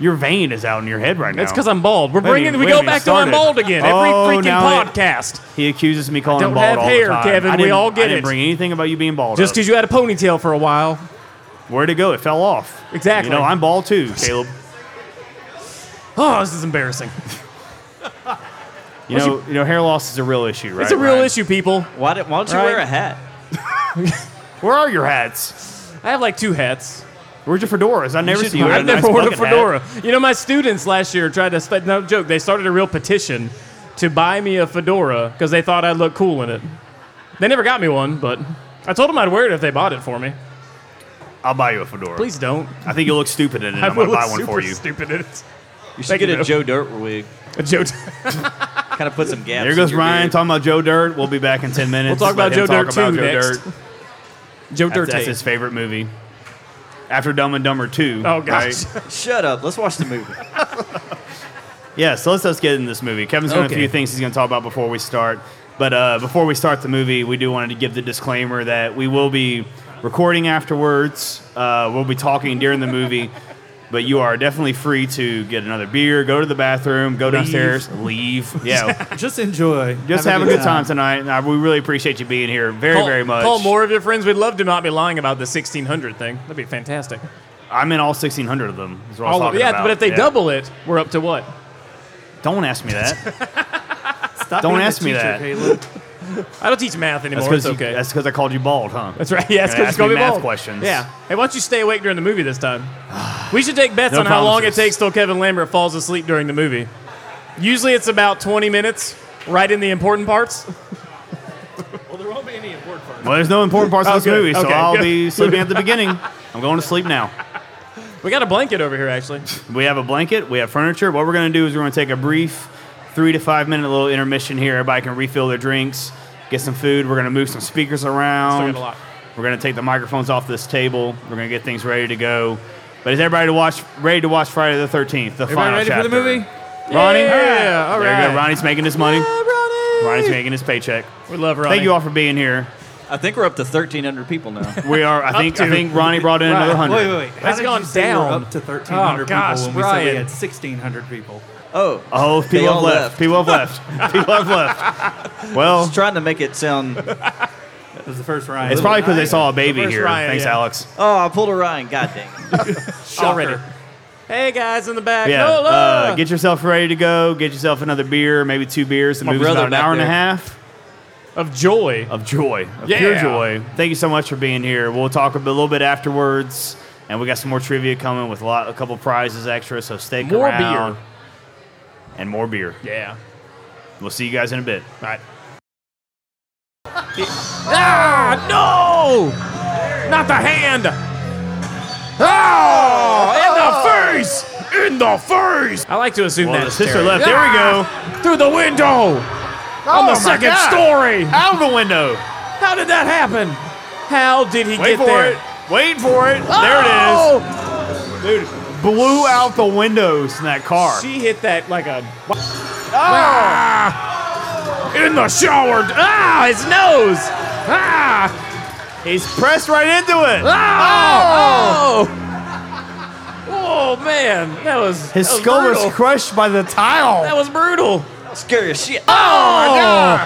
[SPEAKER 1] Your vein is out in your head right now.
[SPEAKER 2] It's because I'm bald. We're
[SPEAKER 1] Wait a
[SPEAKER 2] bringing.
[SPEAKER 1] minute,
[SPEAKER 2] We
[SPEAKER 1] wait a
[SPEAKER 2] go
[SPEAKER 1] minute,
[SPEAKER 2] back to I'm
[SPEAKER 1] started.
[SPEAKER 2] bald again every
[SPEAKER 1] Oh,
[SPEAKER 2] freaking
[SPEAKER 1] now it-
[SPEAKER 2] podcast.
[SPEAKER 1] he accuses me calling
[SPEAKER 2] Don't
[SPEAKER 1] him bald
[SPEAKER 2] have
[SPEAKER 1] all
[SPEAKER 2] hair,
[SPEAKER 1] the time.
[SPEAKER 2] Kevin.
[SPEAKER 1] I
[SPEAKER 2] We
[SPEAKER 1] didn't-
[SPEAKER 2] all get
[SPEAKER 1] I didn't
[SPEAKER 2] it.
[SPEAKER 1] bring anything about you being bald.
[SPEAKER 2] Just
[SPEAKER 1] up.
[SPEAKER 2] because you had a ponytail for a while.
[SPEAKER 1] Where'd it go? It fell off.
[SPEAKER 2] Exactly.
[SPEAKER 1] You know, I'm bald too, Caleb.
[SPEAKER 2] Oh, this is embarrassing.
[SPEAKER 1] You know, you know, hair loss is a real issue, right?
[SPEAKER 2] it's a real
[SPEAKER 1] Ryan?
[SPEAKER 2] issue, people.
[SPEAKER 4] Why, did, why don't you
[SPEAKER 2] Right.
[SPEAKER 4] wear a hat?
[SPEAKER 1] Where are your hats?
[SPEAKER 2] I have like two hats.
[SPEAKER 1] Where's your fedoras? I never
[SPEAKER 4] should-
[SPEAKER 1] see you.
[SPEAKER 2] I've
[SPEAKER 1] wearing a
[SPEAKER 2] never
[SPEAKER 1] nice
[SPEAKER 2] worn a
[SPEAKER 1] bucket hat.
[SPEAKER 2] fedora. You know, my students last year tried to stu- no joke. They started a real petition to buy me a fedora because they thought I'd look cool in it. They never got me one, but I told them I'd wear it if they bought it for me.
[SPEAKER 1] I'll buy you a fedora.
[SPEAKER 2] Please don't.
[SPEAKER 1] I think you look stupid in it.
[SPEAKER 2] I
[SPEAKER 1] I'm going
[SPEAKER 2] will
[SPEAKER 1] to buy
[SPEAKER 2] look
[SPEAKER 1] one
[SPEAKER 2] super
[SPEAKER 1] for you.
[SPEAKER 2] stupid in it.
[SPEAKER 4] You should
[SPEAKER 2] Thank
[SPEAKER 4] get
[SPEAKER 2] you,
[SPEAKER 4] a
[SPEAKER 2] though.
[SPEAKER 4] Joe Dirt wig.
[SPEAKER 2] A joke.
[SPEAKER 4] Kind of put some gaps.
[SPEAKER 1] There
[SPEAKER 4] in
[SPEAKER 1] goes
[SPEAKER 4] your
[SPEAKER 1] Ryan
[SPEAKER 4] beard.
[SPEAKER 1] talking about Joe Dirt. We'll be back in 10 minutes.
[SPEAKER 2] talk about
[SPEAKER 1] Let him
[SPEAKER 2] Joe Dirt
[SPEAKER 1] about
[SPEAKER 2] 2
[SPEAKER 1] Joe
[SPEAKER 2] next.
[SPEAKER 1] Dirt.
[SPEAKER 2] Joe
[SPEAKER 1] That's,
[SPEAKER 2] Dirt
[SPEAKER 1] that's his favorite movie. After Dumb and Dumber 2.
[SPEAKER 2] Oh, gosh.
[SPEAKER 4] Shut up. Let's watch the movie.
[SPEAKER 1] Yeah, so let's let's get in this movie. Kevin's got
[SPEAKER 2] Okay.
[SPEAKER 1] a few things he's going to talk about before we start. But uh, before we start the movie, we do want to give the disclaimer that we will be recording afterwards. Uh, we'll be talking during the movie, but you are definitely free to get another beer, go to the bathroom, go downstairs, leave. Yeah,
[SPEAKER 3] Just enjoy.
[SPEAKER 1] just have, a good time, tonight. And I, we really appreciate you being here very,
[SPEAKER 2] Call-
[SPEAKER 1] very much.
[SPEAKER 2] Call more of your friends. We'd love to not be lying about the 1600 thing. That'd be fantastic.
[SPEAKER 1] I'm in all 1,600 of them. Is what I was
[SPEAKER 2] All of-
[SPEAKER 1] talking
[SPEAKER 2] yeah,
[SPEAKER 1] about.
[SPEAKER 2] but if they
[SPEAKER 1] Yeah.
[SPEAKER 2] double it, we're up to what?
[SPEAKER 1] Don't ask me that.
[SPEAKER 3] Stop
[SPEAKER 1] Don't
[SPEAKER 3] being a
[SPEAKER 1] ask me
[SPEAKER 3] teacher,
[SPEAKER 1] that.
[SPEAKER 3] Caleb.
[SPEAKER 2] I don't teach math
[SPEAKER 1] That's
[SPEAKER 2] anymore. It's
[SPEAKER 1] because
[SPEAKER 2] okay. that's,
[SPEAKER 1] I called you bald, huh?
[SPEAKER 2] right. Yeah, it's
[SPEAKER 1] You're gonna
[SPEAKER 2] because
[SPEAKER 1] ask me
[SPEAKER 2] going to be
[SPEAKER 1] math
[SPEAKER 2] bold.
[SPEAKER 1] questions.
[SPEAKER 2] Yeah. Hey, why don't you stay awake during the movie this time? We should take bets
[SPEAKER 1] No
[SPEAKER 2] on how long it
[SPEAKER 1] promises.
[SPEAKER 2] takes till Kevin Lambert falls asleep during the movie. Usually it's about 20 minutes, right in the important parts. well, there won't be any important parts.
[SPEAKER 1] Well, there's no important parts of
[SPEAKER 2] Oh,
[SPEAKER 1] this
[SPEAKER 2] good.
[SPEAKER 1] movie, so
[SPEAKER 2] Okay,
[SPEAKER 1] I'll
[SPEAKER 2] good.
[SPEAKER 1] be sleeping at the beginning. I'm going to sleep now.
[SPEAKER 2] We got a blanket over here, actually.
[SPEAKER 1] We have a blanket, we have furniture. What we're going to do is we're going to take a brief three to five minute little intermission here. Everybody can refill their drinks, get some food. We're going to move some speakers
[SPEAKER 2] Still
[SPEAKER 1] around.
[SPEAKER 2] got a lot.
[SPEAKER 1] We're going to take the microphones off this table. We're going to get things ready to go. But is everybody to watch ready to watch Friday the 13th? The
[SPEAKER 3] Everybody
[SPEAKER 1] final
[SPEAKER 3] ready for
[SPEAKER 1] chapter.
[SPEAKER 3] the movie?
[SPEAKER 1] Ronnie?
[SPEAKER 2] Yeah, all
[SPEAKER 1] There you
[SPEAKER 2] right.
[SPEAKER 1] go. Ronnie's making his money. Ronnie's
[SPEAKER 2] Ronnie.
[SPEAKER 1] making his paycheck.
[SPEAKER 2] We love Ronnie.
[SPEAKER 1] Thank you all for being here.
[SPEAKER 4] I think we're up to 1,300 people now.
[SPEAKER 1] We are. I think. I
[SPEAKER 2] to-
[SPEAKER 1] think Ronnie brought in another
[SPEAKER 3] Wait,
[SPEAKER 1] hundred.
[SPEAKER 3] wait, wait. How
[SPEAKER 2] Has it
[SPEAKER 3] did
[SPEAKER 2] gone
[SPEAKER 3] you say we're
[SPEAKER 2] down?
[SPEAKER 3] up to 1,300
[SPEAKER 2] Oh, gosh,
[SPEAKER 3] people when we said
[SPEAKER 2] Ryan.
[SPEAKER 3] we had 1,600 people?
[SPEAKER 4] Oh,
[SPEAKER 1] Oh,
[SPEAKER 4] They
[SPEAKER 1] people have
[SPEAKER 4] all
[SPEAKER 1] left.
[SPEAKER 4] left.
[SPEAKER 1] People have left. people have left.
[SPEAKER 4] I
[SPEAKER 1] Well,
[SPEAKER 4] was trying to make it sound.
[SPEAKER 3] That was the first Ryan.
[SPEAKER 1] it's probably because they saw a baby
[SPEAKER 2] Where's
[SPEAKER 1] here.
[SPEAKER 2] Ryan?
[SPEAKER 1] Thanks,
[SPEAKER 2] Yeah.
[SPEAKER 1] Alex.
[SPEAKER 4] Oh, I pulled a Ryan. God dang. it.
[SPEAKER 2] already. Hey, guys in the back.
[SPEAKER 1] Yeah.
[SPEAKER 2] Hola!
[SPEAKER 1] Uh, get yourself ready to go. Get yourself another beer, maybe two beers. The
[SPEAKER 4] My
[SPEAKER 1] movie's
[SPEAKER 4] brother
[SPEAKER 1] about an
[SPEAKER 4] back
[SPEAKER 1] hour and a
[SPEAKER 4] there.
[SPEAKER 1] half
[SPEAKER 2] of joy.
[SPEAKER 1] of joy, of pure
[SPEAKER 2] Yeah.
[SPEAKER 1] joy. Thank you so much for being here. We'll talk a bit- little bit afterwards, and we got some more trivia coming with a lot, a couple prizes extra. So stay
[SPEAKER 2] More beer.
[SPEAKER 1] around. And more beer.
[SPEAKER 2] Yeah.
[SPEAKER 1] We'll see you guys in a bit.
[SPEAKER 2] All right. ah, no! Not the hand! Ah! In the face! In the face! I like to assume
[SPEAKER 1] Well, the
[SPEAKER 2] that's
[SPEAKER 1] sister
[SPEAKER 2] Terry.
[SPEAKER 1] left. There we go.
[SPEAKER 2] Ah! Through the window! on the
[SPEAKER 1] Oh my
[SPEAKER 2] second
[SPEAKER 1] God.
[SPEAKER 2] story!
[SPEAKER 1] Out of the window.
[SPEAKER 2] How did that happen? How did he
[SPEAKER 1] Wait
[SPEAKER 2] get
[SPEAKER 1] for
[SPEAKER 2] there?
[SPEAKER 1] it. Wait for it. There it is.
[SPEAKER 2] Oh!
[SPEAKER 1] Dude, blew out the windows in that car.
[SPEAKER 2] She hit that like a. Ah! In the shower! Ah! His nose! Ah!
[SPEAKER 1] He's pressed right into it.
[SPEAKER 2] Oh! Oh, man, that was
[SPEAKER 1] His
[SPEAKER 2] that was
[SPEAKER 1] skull
[SPEAKER 2] brutal.
[SPEAKER 1] was crushed by the tile.
[SPEAKER 2] that was brutal.
[SPEAKER 4] Scary as shit.
[SPEAKER 1] Oh
[SPEAKER 2] Oh!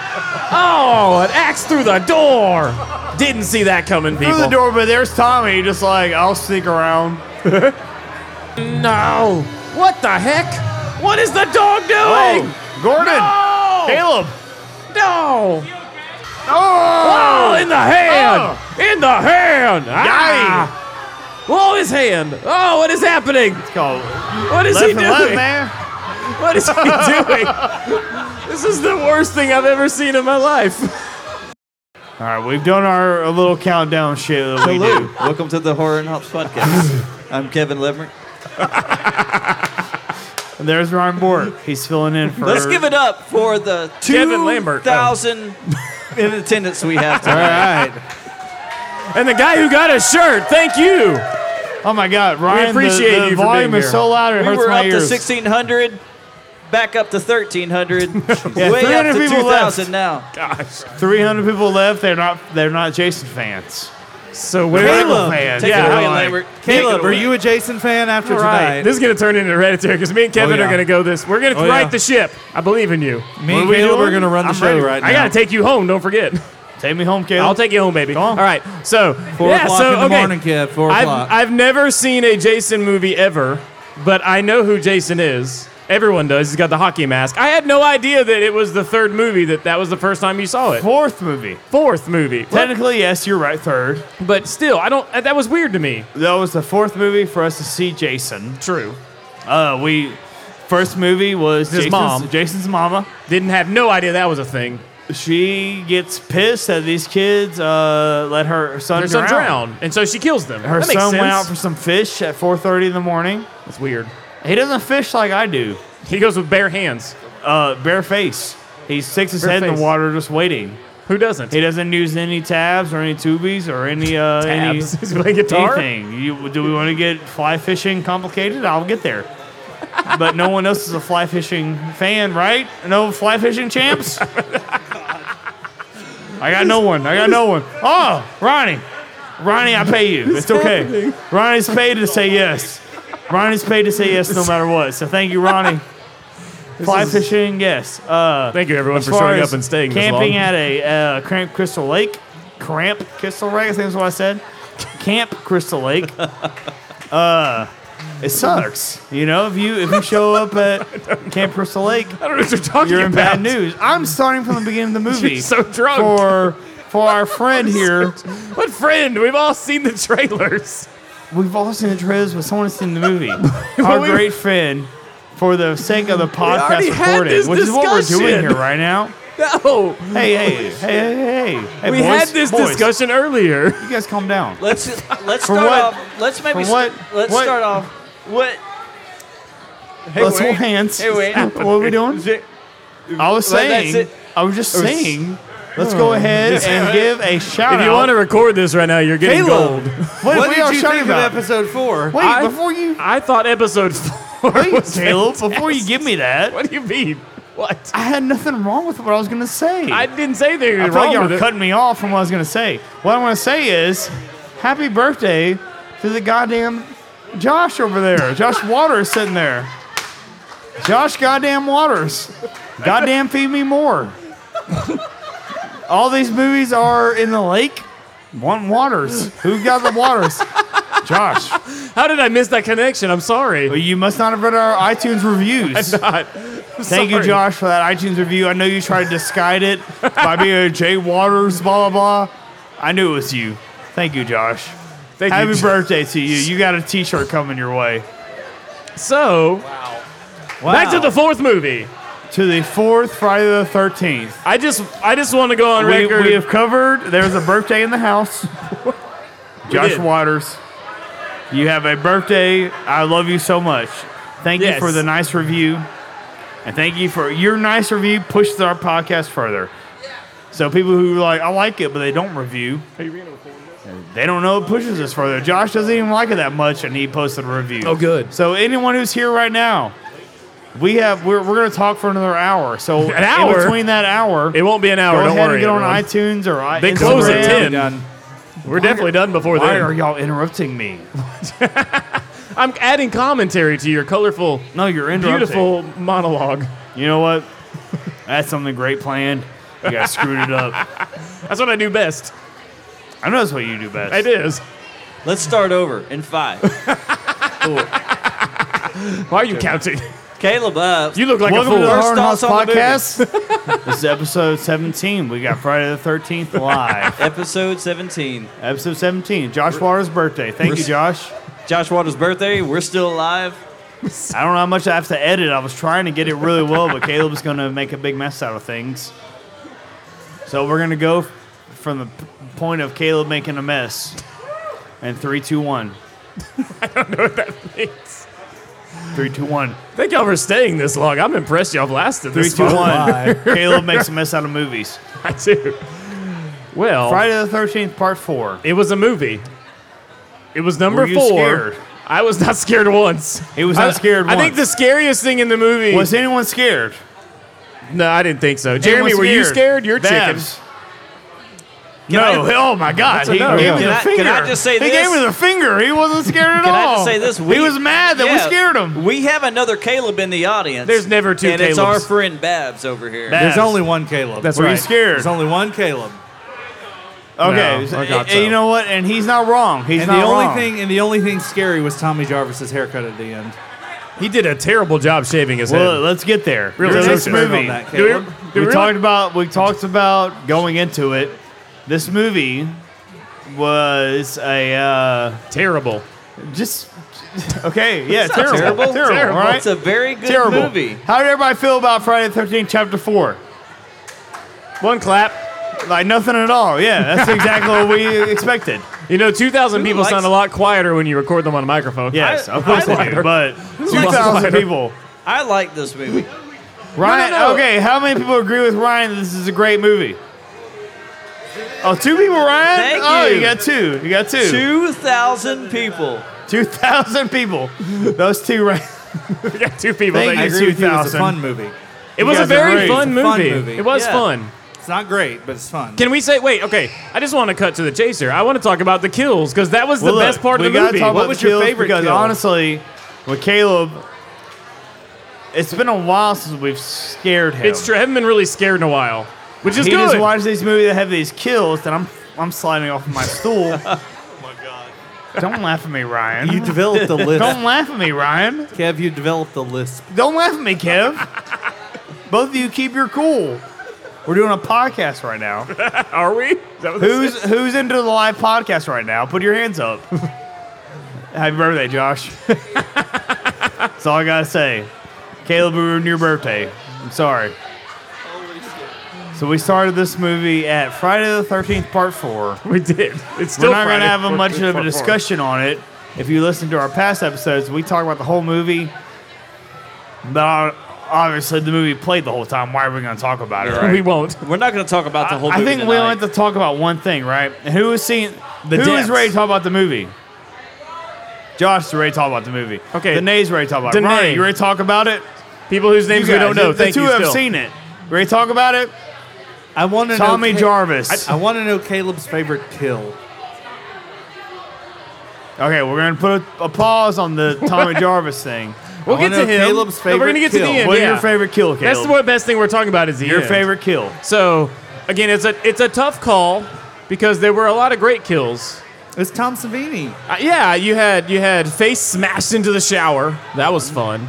[SPEAKER 2] Oh! An axe through the door. Didn't see that coming, people.
[SPEAKER 1] Through the door, but there's Tommy, just like I'll sneak around.
[SPEAKER 2] No! What the heck? What is the dog doing?
[SPEAKER 1] Oh, Gordon,
[SPEAKER 2] No!
[SPEAKER 1] Caleb.
[SPEAKER 2] No!
[SPEAKER 1] Oh,
[SPEAKER 2] Oh! In the hand!
[SPEAKER 3] Oh.
[SPEAKER 2] In the hand! Ah! Oh, his hand! Oh, what is happening?
[SPEAKER 1] it's called
[SPEAKER 2] What is
[SPEAKER 1] left
[SPEAKER 2] he
[SPEAKER 1] and
[SPEAKER 2] doing?
[SPEAKER 1] left, man.
[SPEAKER 2] What is he doing? this is the worst thing I've ever seen in my life.
[SPEAKER 1] All right, we've done our little countdown shit that we
[SPEAKER 4] Hello.
[SPEAKER 1] do.
[SPEAKER 4] Welcome to the Horror and Hops podcast. I'm Kevin Lemmer.
[SPEAKER 1] And there's Ryan Bork. He's filling in for.
[SPEAKER 4] Let's give it up for the
[SPEAKER 2] Kevin Lambert.
[SPEAKER 4] 2,000 in attendance we have
[SPEAKER 1] All
[SPEAKER 4] tonight.
[SPEAKER 1] right.
[SPEAKER 2] And the guy who got his shirt, thank you.
[SPEAKER 1] Oh my God, Ryan. the-
[SPEAKER 2] appreciate
[SPEAKER 1] the,
[SPEAKER 2] you for
[SPEAKER 1] volume
[SPEAKER 2] being
[SPEAKER 1] is
[SPEAKER 2] here.
[SPEAKER 1] so loud it
[SPEAKER 4] We
[SPEAKER 1] hurts
[SPEAKER 4] were
[SPEAKER 1] my
[SPEAKER 4] up to
[SPEAKER 1] ears.
[SPEAKER 4] 1,600, back up to 1,300,
[SPEAKER 1] Yeah,
[SPEAKER 4] way up
[SPEAKER 1] 300
[SPEAKER 4] to
[SPEAKER 1] people
[SPEAKER 4] 2,000 now.
[SPEAKER 2] Gosh.
[SPEAKER 1] 300 people left. They're not. They're not Jason fans.
[SPEAKER 2] So
[SPEAKER 1] They're
[SPEAKER 2] where?
[SPEAKER 1] Michael
[SPEAKER 3] Caleb,
[SPEAKER 1] fans.
[SPEAKER 4] Take
[SPEAKER 2] Yeah,
[SPEAKER 4] it away,
[SPEAKER 1] like-
[SPEAKER 4] Lambert. Take it
[SPEAKER 3] Caleb, are
[SPEAKER 4] away.
[SPEAKER 3] you a Jason fan after
[SPEAKER 2] All right.
[SPEAKER 3] tonight?
[SPEAKER 2] This is gonna turn into hereditary because me and Kevin
[SPEAKER 3] yeah.
[SPEAKER 2] are gonna go this. We're gonna
[SPEAKER 3] Oh,
[SPEAKER 2] right
[SPEAKER 3] yeah.
[SPEAKER 2] the ship. I believe in you.
[SPEAKER 3] Me
[SPEAKER 1] What
[SPEAKER 3] and
[SPEAKER 1] are we
[SPEAKER 3] Caleb
[SPEAKER 1] doing?
[SPEAKER 3] are going to run the
[SPEAKER 1] I'm
[SPEAKER 3] show
[SPEAKER 1] ready.
[SPEAKER 3] right now.
[SPEAKER 2] I gotta take you home. Don't forget.
[SPEAKER 1] Take me home, Caleb.
[SPEAKER 2] I'll take you home, baby.
[SPEAKER 1] on.
[SPEAKER 2] All right. So
[SPEAKER 3] Four
[SPEAKER 2] yeah.
[SPEAKER 3] o'clock
[SPEAKER 2] so
[SPEAKER 3] in the
[SPEAKER 2] okay.
[SPEAKER 3] morning, kid. Four
[SPEAKER 2] I've
[SPEAKER 3] o'clock.
[SPEAKER 2] I've never seen a Jason movie ever, but I know who Jason is. Everyone does. He's got the hockey mask. I had no idea that it was the third movie. That that was the first time you saw it.
[SPEAKER 1] Fourth movie.
[SPEAKER 2] Fourth movie.
[SPEAKER 1] Technically, yes, you're right. Third.
[SPEAKER 2] But still, I don't. That was weird to me.
[SPEAKER 1] That was the fourth movie for us to see Jason.
[SPEAKER 2] True.
[SPEAKER 1] Uh, we First movie was
[SPEAKER 2] His
[SPEAKER 1] Jason's,
[SPEAKER 2] mom.
[SPEAKER 1] Jason's mama.
[SPEAKER 2] Didn't have no idea that was a thing.
[SPEAKER 1] She gets pissed that these kids uh, let her son,
[SPEAKER 2] Her son drowned, and so she kills them.
[SPEAKER 1] Her
[SPEAKER 2] that makes
[SPEAKER 1] son
[SPEAKER 2] sense.
[SPEAKER 1] went out for some fish at 4:30 in the morning.
[SPEAKER 2] That's weird.
[SPEAKER 1] He doesn't fish like I do.
[SPEAKER 2] He goes with bare hands.
[SPEAKER 1] Uh, bare face. He sticks his
[SPEAKER 2] Bare
[SPEAKER 1] head in
[SPEAKER 2] face.
[SPEAKER 1] the water just waiting.
[SPEAKER 2] Who doesn't?
[SPEAKER 1] He doesn't use any tabs or any tubies or any uh, any
[SPEAKER 2] Tabs. He's playing guitar.
[SPEAKER 1] anything. You, do we want to get fly fishing complicated? I'll get there. but no one else is a fly fishing fan, right? No fly fishing champs. I got no one. I got no one. Oh, Ronnie, Ronnie, I pay you. It's okay. Ronnie's paid to say yes. Ronnie's paid to say yes no matter what. So thank you, Ronnie. Fly
[SPEAKER 2] is-
[SPEAKER 1] fishing, yes. Uh,
[SPEAKER 2] Thank you everyone
[SPEAKER 1] as
[SPEAKER 2] for
[SPEAKER 1] far
[SPEAKER 2] showing
[SPEAKER 1] as
[SPEAKER 2] up and staying this
[SPEAKER 1] camping
[SPEAKER 2] long.
[SPEAKER 1] at a uh, Cramp Crystal Lake. Cramp Crystal Lake, I think that's what I said. Camp Crystal Lake. Uh, it sucks, you know. If you if you show up at Camp Crystal Lake,
[SPEAKER 2] I don't know what you're talking
[SPEAKER 1] you're in
[SPEAKER 2] about.
[SPEAKER 1] bad news. I'm starting from the beginning of the movie
[SPEAKER 2] You're so drunk.
[SPEAKER 1] for for our friend here.
[SPEAKER 2] What friend? We've all seen the trailers.
[SPEAKER 1] We've all seen the trailers, but someone's seen the movie. our
[SPEAKER 2] we-
[SPEAKER 1] great friend, for the sake of the
[SPEAKER 2] already
[SPEAKER 1] podcast
[SPEAKER 2] had
[SPEAKER 1] recording,
[SPEAKER 2] this
[SPEAKER 1] which is what we're doing
[SPEAKER 2] discussion.
[SPEAKER 1] here right now.
[SPEAKER 2] No.
[SPEAKER 1] Hey, hey, hey, hey, hey, hey.
[SPEAKER 2] We
[SPEAKER 1] boys,
[SPEAKER 2] had this
[SPEAKER 1] boys,
[SPEAKER 2] discussion earlier.
[SPEAKER 1] You guys calm down.
[SPEAKER 4] Let's let's
[SPEAKER 1] For
[SPEAKER 4] start
[SPEAKER 1] what?
[SPEAKER 4] off. Let's maybe
[SPEAKER 1] For what?
[SPEAKER 4] s- let's
[SPEAKER 1] What?
[SPEAKER 4] start off. What? Hey,
[SPEAKER 1] Let's hold
[SPEAKER 4] wait.
[SPEAKER 1] hands.
[SPEAKER 4] Hey, wait.
[SPEAKER 1] What are we doing?
[SPEAKER 4] Zi-
[SPEAKER 1] I was
[SPEAKER 4] Well, that's
[SPEAKER 1] saying,
[SPEAKER 4] it.
[SPEAKER 1] I was just saying, let's go ahead and give a shout out.
[SPEAKER 2] If you want to record this right now, you're getting
[SPEAKER 1] Caleb,
[SPEAKER 2] gold.
[SPEAKER 1] What,
[SPEAKER 3] What
[SPEAKER 1] we
[SPEAKER 3] did
[SPEAKER 1] are
[SPEAKER 3] you
[SPEAKER 1] shouting
[SPEAKER 3] think
[SPEAKER 1] about?
[SPEAKER 3] of episode four?
[SPEAKER 1] Wait,
[SPEAKER 2] I-
[SPEAKER 1] before you,
[SPEAKER 2] I thought episode four
[SPEAKER 1] wait,
[SPEAKER 2] was
[SPEAKER 1] Caleb,
[SPEAKER 2] fantastic.
[SPEAKER 1] before you give me that,
[SPEAKER 2] What do you mean? What?
[SPEAKER 1] I had nothing wrong with what I was going to say.
[SPEAKER 2] I didn't say anything
[SPEAKER 1] I
[SPEAKER 2] wrong
[SPEAKER 1] thought y'all
[SPEAKER 2] with
[SPEAKER 1] were
[SPEAKER 2] it.
[SPEAKER 1] cutting me off from what I was going to say. What I want to say is, happy birthday to the goddamn Josh over there. Josh Waters sitting there. Josh goddamn Waters. Goddamn feed me more. All these movies are in the lake. One Waters. Who got the Waters? Josh.
[SPEAKER 2] How did I miss that connection? I'm sorry.
[SPEAKER 1] Well, you must not have read our iTunes reviews.
[SPEAKER 2] God.
[SPEAKER 1] Thank you, Josh, for that iTunes review. I know you tried to disguise it by being a Jay Waters, blah, blah, blah. I knew it was you. Thank you, Josh.
[SPEAKER 2] Thank
[SPEAKER 1] Happy
[SPEAKER 2] you. Jo-
[SPEAKER 1] birthday to you. You got a t shirt coming your way.
[SPEAKER 2] So, back to the fourth movie.
[SPEAKER 1] To the fourth Friday the 13th.
[SPEAKER 2] I just I just want to go on
[SPEAKER 1] We,
[SPEAKER 2] record.
[SPEAKER 1] we have covered there's a birthday in the house. Josh
[SPEAKER 2] did.
[SPEAKER 1] Waters, you have a birthday. I love you so much. Thank you
[SPEAKER 2] Yes.
[SPEAKER 1] for the nice review. And thank you for your nice review pushes our podcast further. So people who are like, I like it, but they don't review. They don't know it pushes us further. Josh doesn't even like it that much, and he posted a review.
[SPEAKER 2] Oh, good.
[SPEAKER 1] So anyone who's here right now, we have we're, we're going to talk for another hour. So
[SPEAKER 2] An hour?
[SPEAKER 1] in between that hour,
[SPEAKER 2] it won't be an hour.
[SPEAKER 1] Go
[SPEAKER 2] don't
[SPEAKER 1] ahead
[SPEAKER 2] worry.
[SPEAKER 1] and get on
[SPEAKER 2] everyone.
[SPEAKER 1] iTunes or I-
[SPEAKER 2] They close at
[SPEAKER 1] Instagram.
[SPEAKER 2] 10. We're definitely done before
[SPEAKER 1] Why
[SPEAKER 2] then.
[SPEAKER 1] are y'all interrupting me?
[SPEAKER 2] I'm adding commentary to your colorful,
[SPEAKER 1] No, you're interrupting.
[SPEAKER 2] beautiful monologue.
[SPEAKER 1] You know what? That's something great planned. You guys screwed it up.
[SPEAKER 2] That's what I do best.
[SPEAKER 1] I know that's what you do best.
[SPEAKER 2] It is.
[SPEAKER 4] Let's start over in five.
[SPEAKER 2] Why are you counting?
[SPEAKER 4] Caleb, uh,
[SPEAKER 2] You look like
[SPEAKER 1] Welcome to the
[SPEAKER 2] a fool.
[SPEAKER 1] Hard
[SPEAKER 4] First
[SPEAKER 1] House
[SPEAKER 4] thoughts on the
[SPEAKER 1] Podcast. this is episode 17. We got Friday the 13th live.
[SPEAKER 4] episode 17.
[SPEAKER 1] episode 17. Josh Waters' birthday. Thank you, Josh.
[SPEAKER 4] Josh Waters' birthday. We're still alive.
[SPEAKER 1] I don't know how much I have to edit. I was trying to get it really well, but Caleb's going to make a big mess out of things. So we're going to go f- from the p- point of Caleb making a mess. And three, two, one, three, two, one,
[SPEAKER 2] Thank y'all for staying this long. I'm impressed y'all lasted
[SPEAKER 1] three,
[SPEAKER 2] this
[SPEAKER 1] two, one.
[SPEAKER 2] long.
[SPEAKER 1] Caleb makes a mess out of movies.
[SPEAKER 2] I do. Well,
[SPEAKER 1] Friday the 13th, part four.
[SPEAKER 2] it was a movie. It was number
[SPEAKER 1] Were you
[SPEAKER 2] four.
[SPEAKER 1] scared?
[SPEAKER 2] I was not scared once.
[SPEAKER 1] He was not
[SPEAKER 2] I-
[SPEAKER 1] scared
[SPEAKER 2] I think the
[SPEAKER 1] once.
[SPEAKER 2] scariest thing in the movie
[SPEAKER 1] Was anyone scared?
[SPEAKER 2] No, I didn't think so. Jeremy, were you scared? You're chicken.
[SPEAKER 1] Babs. No, oh my God! He
[SPEAKER 2] no.
[SPEAKER 1] gave me
[SPEAKER 4] Can
[SPEAKER 1] the
[SPEAKER 4] I-
[SPEAKER 1] finger.
[SPEAKER 4] can I just say
[SPEAKER 1] he
[SPEAKER 4] this?
[SPEAKER 1] gave me the finger. He wasn't scared at
[SPEAKER 4] Can I
[SPEAKER 1] all.
[SPEAKER 4] just say this?
[SPEAKER 1] he was mad that we
[SPEAKER 4] yeah,
[SPEAKER 1] scared him.
[SPEAKER 4] We have another Caleb in the audience.
[SPEAKER 2] There's never two
[SPEAKER 4] And it's our
[SPEAKER 2] Calebs.
[SPEAKER 4] friend Babs over here.
[SPEAKER 1] Babs.
[SPEAKER 3] There's only one Caleb.
[SPEAKER 2] That's
[SPEAKER 1] Were you
[SPEAKER 2] right.
[SPEAKER 1] scared?
[SPEAKER 3] There's only one Caleb.
[SPEAKER 1] Okay,
[SPEAKER 2] No, I got
[SPEAKER 1] and
[SPEAKER 2] so.
[SPEAKER 1] you know what? And he's not wrong. He's
[SPEAKER 3] And
[SPEAKER 1] not
[SPEAKER 3] the only
[SPEAKER 1] wrong.
[SPEAKER 3] thing and the only thing scary was Tommy Jarvis's haircut at the end.
[SPEAKER 2] He did a terrible job shaving his
[SPEAKER 1] Well,
[SPEAKER 2] head.
[SPEAKER 1] let's get there.
[SPEAKER 2] Really
[SPEAKER 1] Your next
[SPEAKER 2] Let's move
[SPEAKER 1] movie.
[SPEAKER 3] on that,
[SPEAKER 2] Do we-
[SPEAKER 3] Caleb.
[SPEAKER 2] do
[SPEAKER 1] we
[SPEAKER 2] we
[SPEAKER 1] talked about we talked about going into it. This movie was a uh,
[SPEAKER 2] Terrible.
[SPEAKER 1] Just okay, yeah,
[SPEAKER 4] It's not
[SPEAKER 1] terrible,
[SPEAKER 4] terrible.
[SPEAKER 1] terrible,
[SPEAKER 2] Terrible.
[SPEAKER 1] right?
[SPEAKER 4] It's a very good
[SPEAKER 1] terrible
[SPEAKER 4] movie.
[SPEAKER 1] How did everybody feel about Friday the Thirteenth, Chapter Four?
[SPEAKER 2] One clap.
[SPEAKER 1] Like nothing at all. Yeah, that's exactly what we expected.
[SPEAKER 2] You know, 2,000
[SPEAKER 4] Who
[SPEAKER 2] people sound
[SPEAKER 4] likes-
[SPEAKER 2] a lot quieter when you record them on a microphone.
[SPEAKER 1] Yes,
[SPEAKER 4] I-
[SPEAKER 1] of course
[SPEAKER 4] I
[SPEAKER 1] they do. But two
[SPEAKER 2] likes
[SPEAKER 1] thousand
[SPEAKER 2] lighter?
[SPEAKER 1] people.
[SPEAKER 4] I like this movie.
[SPEAKER 1] Ryan,
[SPEAKER 2] no, no.
[SPEAKER 1] okay, how many people agree with Ryan that this is a great movie? Oh, two people, Ryan.
[SPEAKER 4] Thank
[SPEAKER 1] oh, you
[SPEAKER 4] you.
[SPEAKER 1] got two. You got two.
[SPEAKER 4] Two thousand people.
[SPEAKER 1] Two thousand people. Those two, right?
[SPEAKER 2] We got two people.
[SPEAKER 1] Thank
[SPEAKER 2] that-
[SPEAKER 3] I
[SPEAKER 1] you.
[SPEAKER 3] agree with you. It's
[SPEAKER 1] 2000.
[SPEAKER 3] a fun movie.
[SPEAKER 2] It was a
[SPEAKER 1] guys are great.
[SPEAKER 2] very fun
[SPEAKER 1] It's
[SPEAKER 3] a fun
[SPEAKER 2] movie.
[SPEAKER 3] movie.
[SPEAKER 2] It was
[SPEAKER 4] Yeah.
[SPEAKER 2] fun.
[SPEAKER 3] It's not great, but it's fun.
[SPEAKER 2] Can we say, wait, okay, I just want to cut to the chaser. I want to talk about the kills because that was the
[SPEAKER 1] Well, look,
[SPEAKER 2] best part
[SPEAKER 1] we
[SPEAKER 2] of the
[SPEAKER 1] gotta
[SPEAKER 2] movie.
[SPEAKER 1] Talk
[SPEAKER 3] What
[SPEAKER 1] about
[SPEAKER 3] was
[SPEAKER 1] the
[SPEAKER 3] your
[SPEAKER 1] kills
[SPEAKER 3] favorite
[SPEAKER 1] Because
[SPEAKER 3] kill?
[SPEAKER 1] honestly, with Caleb, it's been a while since we've scared him.
[SPEAKER 2] It's true. I haven't been really scared in a while, which is
[SPEAKER 1] He
[SPEAKER 2] good.
[SPEAKER 1] just watches these movies that have these kills, and I'm I'm sliding off my stool. oh my god! Don't laugh at me, Ryan.
[SPEAKER 3] You developed the lisp.
[SPEAKER 1] Don't laugh at me, Ryan.
[SPEAKER 3] Kev, you developed the lisp.
[SPEAKER 1] Don't laugh at me, Kev. Both of you keep your cool. We're doing a podcast right now.
[SPEAKER 2] Are we? Is that what this is?
[SPEAKER 1] Who's who's into the live podcast right now? Put your hands up. Happy birthday, Josh. That's all I gotta say. Caleb, we ruined your birthday. I'm sorry. So we started this movie at Friday the Thirteenth Part Four.
[SPEAKER 2] We did. It's
[SPEAKER 1] We're
[SPEAKER 2] still
[SPEAKER 1] not
[SPEAKER 2] Friday.
[SPEAKER 1] gonna have a much of a
[SPEAKER 2] Part four.
[SPEAKER 1] discussion on it. If you listen to our past episodes, we talk about the whole movie. But ob- obviously, the movie played the whole time. Why are we gonna talk about it? Right?
[SPEAKER 2] We won't.
[SPEAKER 4] We're not going to talk about the whole.
[SPEAKER 1] I
[SPEAKER 4] movie
[SPEAKER 1] think we
[SPEAKER 4] tonight.
[SPEAKER 1] only have to talk about one thing, right? Who is seeing? The who is
[SPEAKER 4] deaths.
[SPEAKER 1] ready to talk about the movie? Josh is ready to talk about the movie.
[SPEAKER 2] Okay.
[SPEAKER 1] Danae's ready to talk about it.
[SPEAKER 2] Danae.
[SPEAKER 1] Ryan, you ready to talk about it?
[SPEAKER 2] People whose names we
[SPEAKER 1] guys,
[SPEAKER 2] don't know.
[SPEAKER 1] The, the
[SPEAKER 2] Thank
[SPEAKER 1] two
[SPEAKER 2] you.
[SPEAKER 1] have
[SPEAKER 2] still.
[SPEAKER 1] seen it. Ready to talk about it?
[SPEAKER 3] I want to
[SPEAKER 1] Tommy
[SPEAKER 3] know Ca-
[SPEAKER 1] Jarvis.
[SPEAKER 3] I want to know Caleb's favorite kill.
[SPEAKER 1] okay, we're gonna put a, a pause on the Tommy Jarvis thing.
[SPEAKER 2] We'll
[SPEAKER 3] I
[SPEAKER 2] get to
[SPEAKER 3] wanna know
[SPEAKER 2] him.
[SPEAKER 3] Caleb's
[SPEAKER 2] No, we're gonna
[SPEAKER 3] favorite
[SPEAKER 2] get to
[SPEAKER 3] kill.
[SPEAKER 2] the end.
[SPEAKER 1] What's
[SPEAKER 2] yeah.
[SPEAKER 1] your favorite kill, Caleb?
[SPEAKER 2] That's the one best thing we're talking about is the
[SPEAKER 1] Your
[SPEAKER 2] end.
[SPEAKER 1] favorite kill.
[SPEAKER 2] So, again, it's a it's a tough call because there were a lot of great kills.
[SPEAKER 3] It's Tom Savini.
[SPEAKER 2] Uh, yeah, you had you had face smashed into the shower. That was fun.